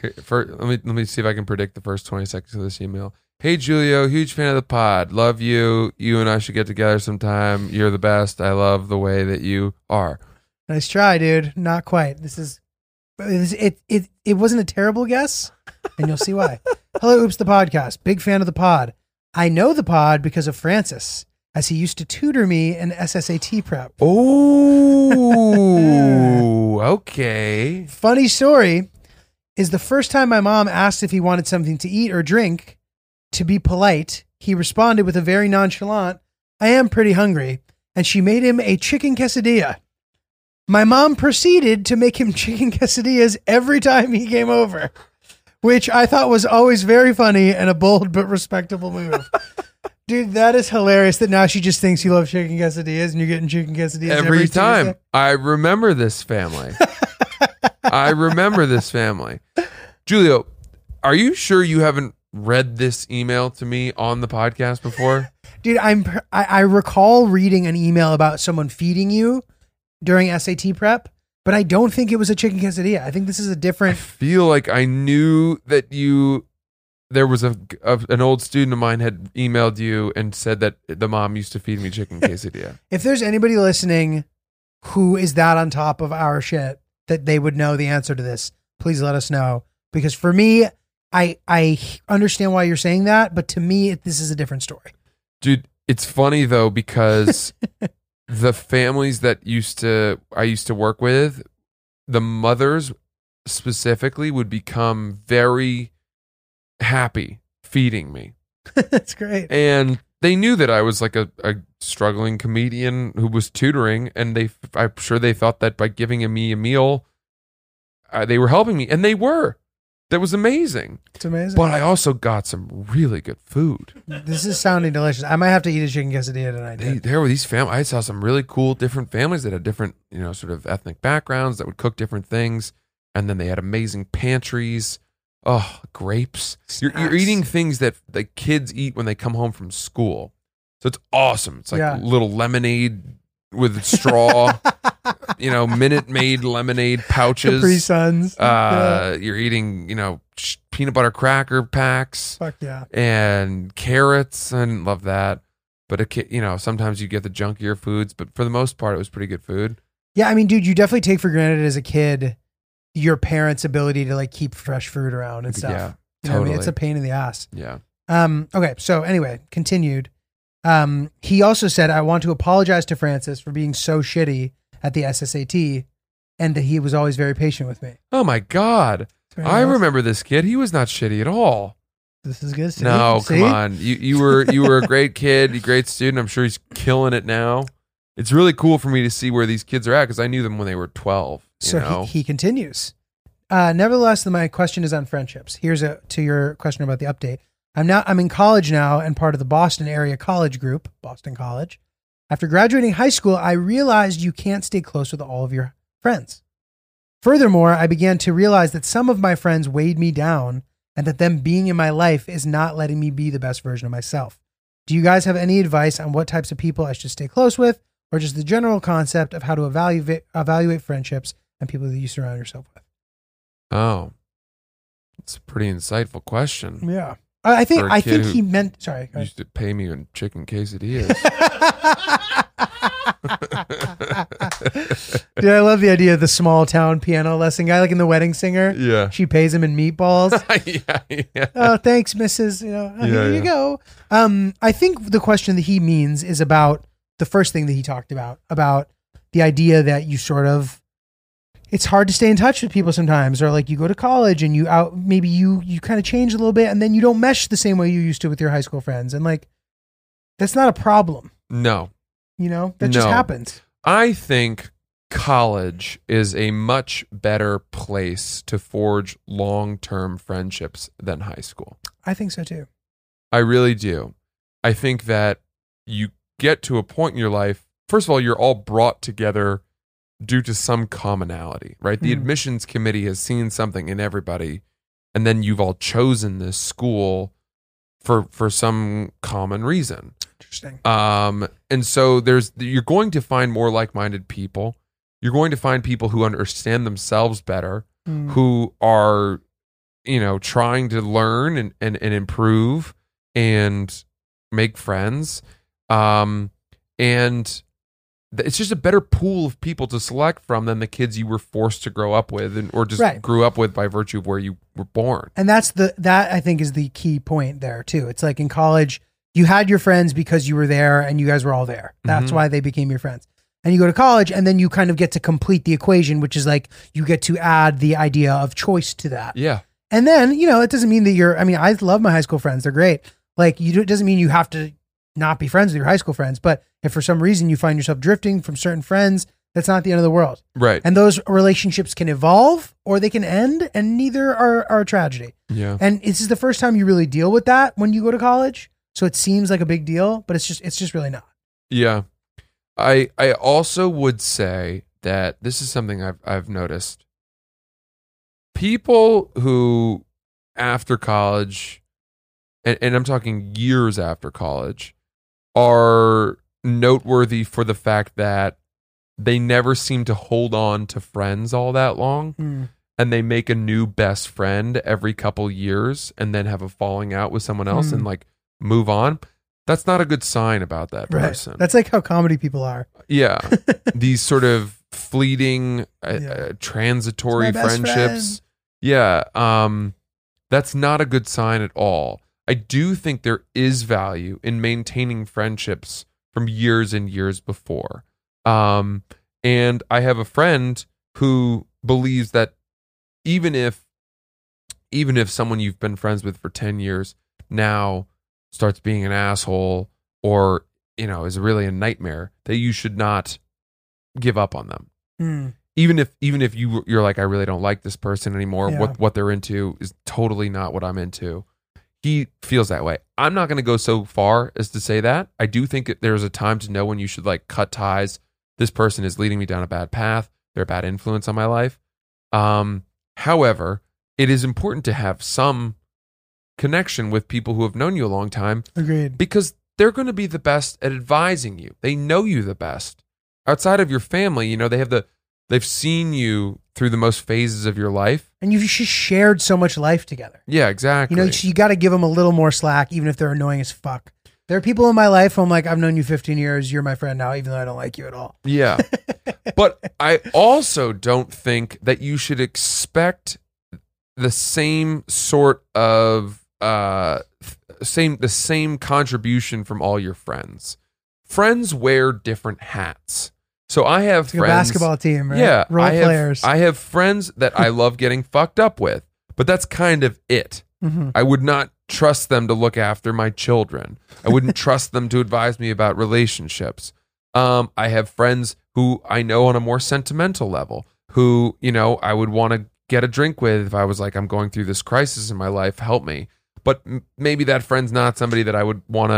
S7: Here, fir- let me let me see if i can predict the first 20 seconds of this email hey julio huge fan of the pod love you you and i should get together sometime you're the best i love the way that you are
S6: Nice try, dude. Not quite. This is it it it, it wasn't a terrible guess, and you'll see why. Hello, Oops the podcast. Big fan of the pod. I know the pod because of Francis. as he used to tutor me in SSAT prep.
S7: Oh, okay.
S6: Funny story is the first time my mom asked if he wanted something to eat or drink, to be polite, he responded with a very nonchalant, I am pretty hungry. And she made him a chicken quesadilla. My mom proceeded to make him chicken quesadillas every time he came over, which I thought was always very funny and a bold but respectable move. Dude, that is hilarious that now she just thinks you love chicken quesadillas and you're getting chicken quesadillas every,
S7: Every time
S6: Tuesday.
S7: I remember this family. I remember this family. Julio, are you sure you haven't read this email to me on the podcast before?
S6: Dude, I'm pr- I, I recall reading an email about someone feeding you during SAT prep, but I don't think it was a chicken quesadilla. I think this is a
S7: I
S6: different.
S7: feel like I knew that you there was a, a an old student of mine had emailed you and said that the mom used to feed me chicken quesadilla.
S6: If there's anybody listening who is that on top of our shit that they would know the answer to this, please let us know because for me, I I understand why you're saying that, but to me, it, this is a different story.
S7: Dude, it's funny though because the families that used to I used to work with, the mothers specifically would become very happy feeding me.
S6: That's great.
S7: and they knew that I was like a, a struggling comedian who was tutoring, and they I'm sure they thought that by giving me a meal, uh, they were helping me, and they were. That was amazing.
S6: It's amazing.
S7: But I also got some really good food.
S6: this is sounding delicious. I might have to eat a chicken quesadilla tonight.
S7: They,
S6: dude.
S7: there were these fam. I saw some really cool different families that had different, you know, sort of ethnic backgrounds that would cook different things, and then they had amazing pantries. Oh, grapes! You're, you're
S6: Snacks.
S7: eating things that the kids eat when they come home from school. So it's awesome. It's like
S6: Yeah.
S7: little lemonade with straw, you know, Minute Made lemonade
S6: Capri
S7: pouches. Uh,
S6: Suns. Yeah.
S7: You're eating, you know, sh- peanut butter cracker packs
S6: Fuck yeah.
S7: and carrots. I didn't love that. But, a ki- you know, sometimes you get the junkier foods, but for the most part, it was pretty good food.
S6: Yeah, I mean, dude, you definitely take for granted as a kid your parents' ability to like keep fresh fruit around and stuff.
S7: Yeah,
S6: You know what I mean? It's
S7: totally.
S6: a pain in the ass.
S7: Yeah.
S6: Um, okay, so anyway, continued. Um, he also said, I want to apologize to Francis for being so shitty at the SSAT and that he was always very patient with me.
S7: Oh my God.
S6: Very
S7: I
S6: nice.
S7: remember this kid. He was not shitty at all.
S6: This is good. See?
S7: No,
S6: See?
S7: come on. You you were you were a great kid, a great student. I'm sure he's killing it now. It's really cool for me to see where these kids are at because I knew them when they were 12. You
S6: So
S7: know,
S6: he, he continues. Uh, nevertheless, the, my question is on friendships. Here's a to your question about the update. I'm now I'm in college now and part of the Boston area college group, Boston College. After graduating high school, I realized you can't stay close with all of your friends. Furthermore, I began to realize that some of my friends weighed me down and that them being in my life is not letting me be the best version of myself. Do you guys have any advice on what types of people I should stay close with, or just the general concept of how to evaluate evaluate friendships and people that you surround yourself with?
S7: oh, it's a pretty insightful question.
S6: Yeah, I I
S7: For
S6: think
S7: a
S6: I
S7: kid
S6: think
S7: who-
S6: he meant. Sorry, go
S7: You
S6: ahead.
S7: used to pay me in chicken quesadillas.
S6: dude, I love the idea of the small town piano lesson guy, like in The Wedding Singer.
S7: yeah.
S6: She pays him in meatballs.
S7: yeah, yeah.
S6: oh, thanks, Mrs. You know, oh, here
S7: Yeah,
S6: you
S7: yeah.
S6: go. Um, I think the question that he means is about the first thing that he talked about about the idea that you sort of it's hard to stay in touch with people sometimes, or like you go to college and you out maybe you you kind of change a little bit, and then you don't mesh the same way you used to with your high school friends, and like that's not a problem,
S7: No,
S6: you know. That just
S7: No.
S6: happens.
S7: I think college is a much better place to forge long-term friendships than high school.
S6: I think so too.
S7: I really do. I think that you get to a point in your life, first of all, you're all brought together due to some commonality, right? The
S6: Mhm.
S7: admissions committee has seen something in everybody, and then you've all chosen this school for for some common reason.
S6: Interesting.
S7: Um, and so there's you're going to find more like-minded people. You're going to find people who understand themselves better,
S6: Mm.
S7: who are, you know, trying to learn and and, and improve and make friends. Um, and th- it's just a better pool of people to select from than the kids you were forced to grow up with and or just
S6: Right.
S7: grew up with by virtue of where you were born.
S6: And that's the that I think is the key point there too. It's like in college you had your friends because you were there and you guys were all there. That's
S7: Mhm.
S6: why they became your friends. And you go to college and then you kind of get to complete the equation, which is like you get to add the idea of choice to that.
S7: Yeah.
S6: And then, you know, it doesn't mean that you're, I mean, I love my high school friends. They're great. Like, you, do- it doesn't mean you have to not be friends with your high school friends. But if for some reason you find yourself drifting from certain friends, that's not the end of the world.
S7: Right.
S6: And those relationships can evolve or they can end, and neither are, are a tragedy.
S7: yeah.
S6: And this is the first time you really deal with that when you go to college. So it seems like a big deal, but it's just, it's just really not.
S7: Yeah. I I also would say that this is something I've I've noticed. People who after college and, and I'm talking years after college are noteworthy for the fact that they never seem to hold on to friends all that long and they make a new best friend every couple years and then have a falling out with someone else
S6: Mm.
S7: and like move on. That's not a good sign about that person.
S6: That's like how comedy people are.
S7: Yeah. These sort of fleeting, uh,
S6: Yeah.
S7: uh, transitory
S6: It's my best
S7: friendships. Yeah. Um, that's not a good sign at all. I do think there is value in maintaining friendships from years and years before. Um, and I have a friend who believes that even if even if someone you've been friends with for 10 years now starts being an asshole or you know is really a nightmare that you should not give up on them even if even if you you're like I really don't like this person anymore
S6: Yeah.
S7: what what they're into is totally not what I'm into he feels that way I'm not going to go so far as to say that I do think that there's a time to know when you should like cut ties this person is leading me down a bad path they're a bad influence on my life um however it is important to have some connection with people who have known you a long time
S6: Agreed.
S7: because they're going to be the best at advising you. They know you the best. Outside of your family, you know, they have the they've seen you through the most phases of your life.
S6: And you've just shared so much life together.
S7: Yeah, exactly.
S6: You know, so you got to give them a little more slack, even if they're annoying as fuck. There are people in my life who I'm like, I've known you 15 years. You're my friend now, even though I don't like you at all.
S7: yeah. but I also don't think that you should expect the same sort of uh th- same the same contribution from all your friends. Friends wear different hats. So I have
S6: It's like
S7: friends
S6: a basketball team, right?
S7: Yeah,
S6: Role
S7: I have,
S6: players.
S7: I have friends that I love getting fucked up with, but that's kind of it.
S6: Mhm.
S7: I would not trust them to look after my children. I wouldn't trust them to advise me about relationships. Um, I have friends who I know on a more sentimental level, who you know I would want to get a drink with if I was like, I'm going through this crisis in my life, help me. But m- maybe that friend's not somebody that I would want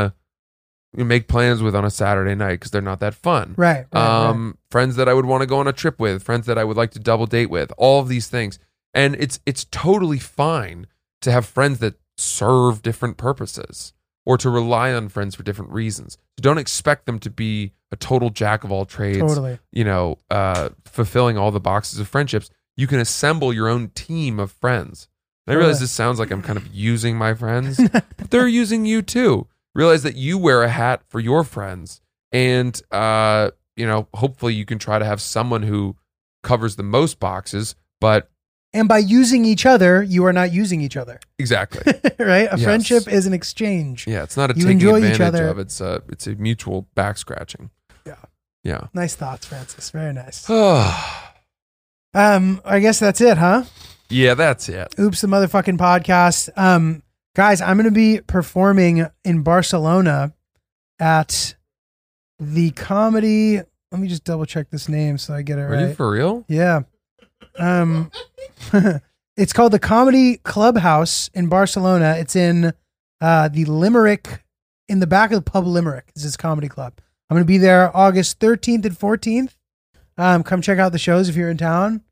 S7: to make plans with on a Saturday night because they're not that fun
S6: Right. right,
S7: um, friends that I would want to go on a trip with, friends that I would like to double date with, all of these things. And it's it's totally fine to have friends that serve different purposes or to rely on friends for different reasons. Don't expect them to be a total jack of all trades,
S6: right. totally.
S7: you know, uh, fulfilling all the boxes of friendships. You can assemble your own team of friends. And I realize
S6: Totally.
S7: this sounds like I'm kind of using my friends, but they're using you too. Realize that you wear a hat for your friends, and uh, you know, hopefully, you can try to have someone who covers the most boxes. But
S6: And by using each other, you are not using each other,
S7: exactly,
S6: right? A
S7: Yes.
S6: friendship is an exchange.
S7: yeah, it's not a
S6: You
S7: taking
S6: enjoy each
S7: advantage
S6: other.
S7: of. It's a it's a mutual back scratching.
S6: Yeah.
S7: yeah.
S6: Nice thoughts, Francis. Very nice.
S7: yeah,
S6: Um, I guess that's it, huh?
S7: that's it.
S6: Oops, the motherfucking podcast. Um, guys, I'm going to be performing in Barcelona at the comedy. Let me just double check this name so I get it
S7: Are
S6: right.
S7: you for real?
S6: yeah. Um, it's called the Comedy Clubhouse in Barcelona. It's in uh, the Limerick, in the back of the pub Limerick. Is this comedy club? I'm going to be there August 13th and 14th. Um, come check out the shows if you're in town.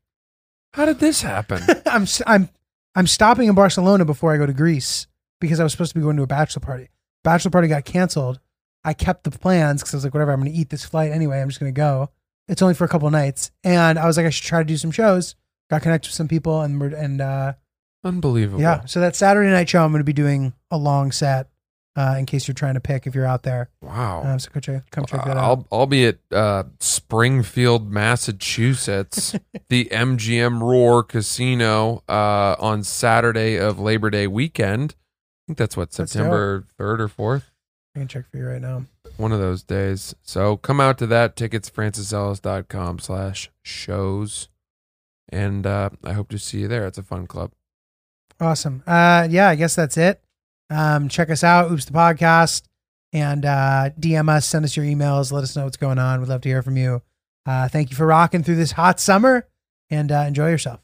S7: How did this happen?
S6: I'm s- I'm I'm stopping in Barcelona before I go to Greece because I was supposed to be going to a bachelor party. Bachelor party got canceled. I kept the plans because I was like, whatever, I'm going to eat this flight anyway. I'm just going to go. It's only for a couple nights, and I was like, I should try to do some shows. Got connected with some people, and we're and uh,
S7: Unbelievable.
S6: yeah. So that Saturday night show, I'm going to be doing a long set. Uh, in case you're trying to pick, if you're out there,
S7: Wow.
S6: um, so go check, come check that out.
S7: I'll I'll be at uh, Springfield, Massachusetts, the MGM Roar Casino uh, on Saturday of Labor Day weekend. I think that's what
S6: That's
S7: September third or fourth.
S6: I can check for you right now.
S7: one of those days. So come out to that. Tickets, francisellis.com slash shows. And uh, I hope to see you there. It's a fun club.
S6: Awesome. Uh, yeah, I guess that's it. Um, check us out, Oops the Podcast, and uh, DM us, send us your emails, let us know what's going on. We'd love to hear from you. Uh, thank you for rocking through this hot summer and uh, enjoy yourself.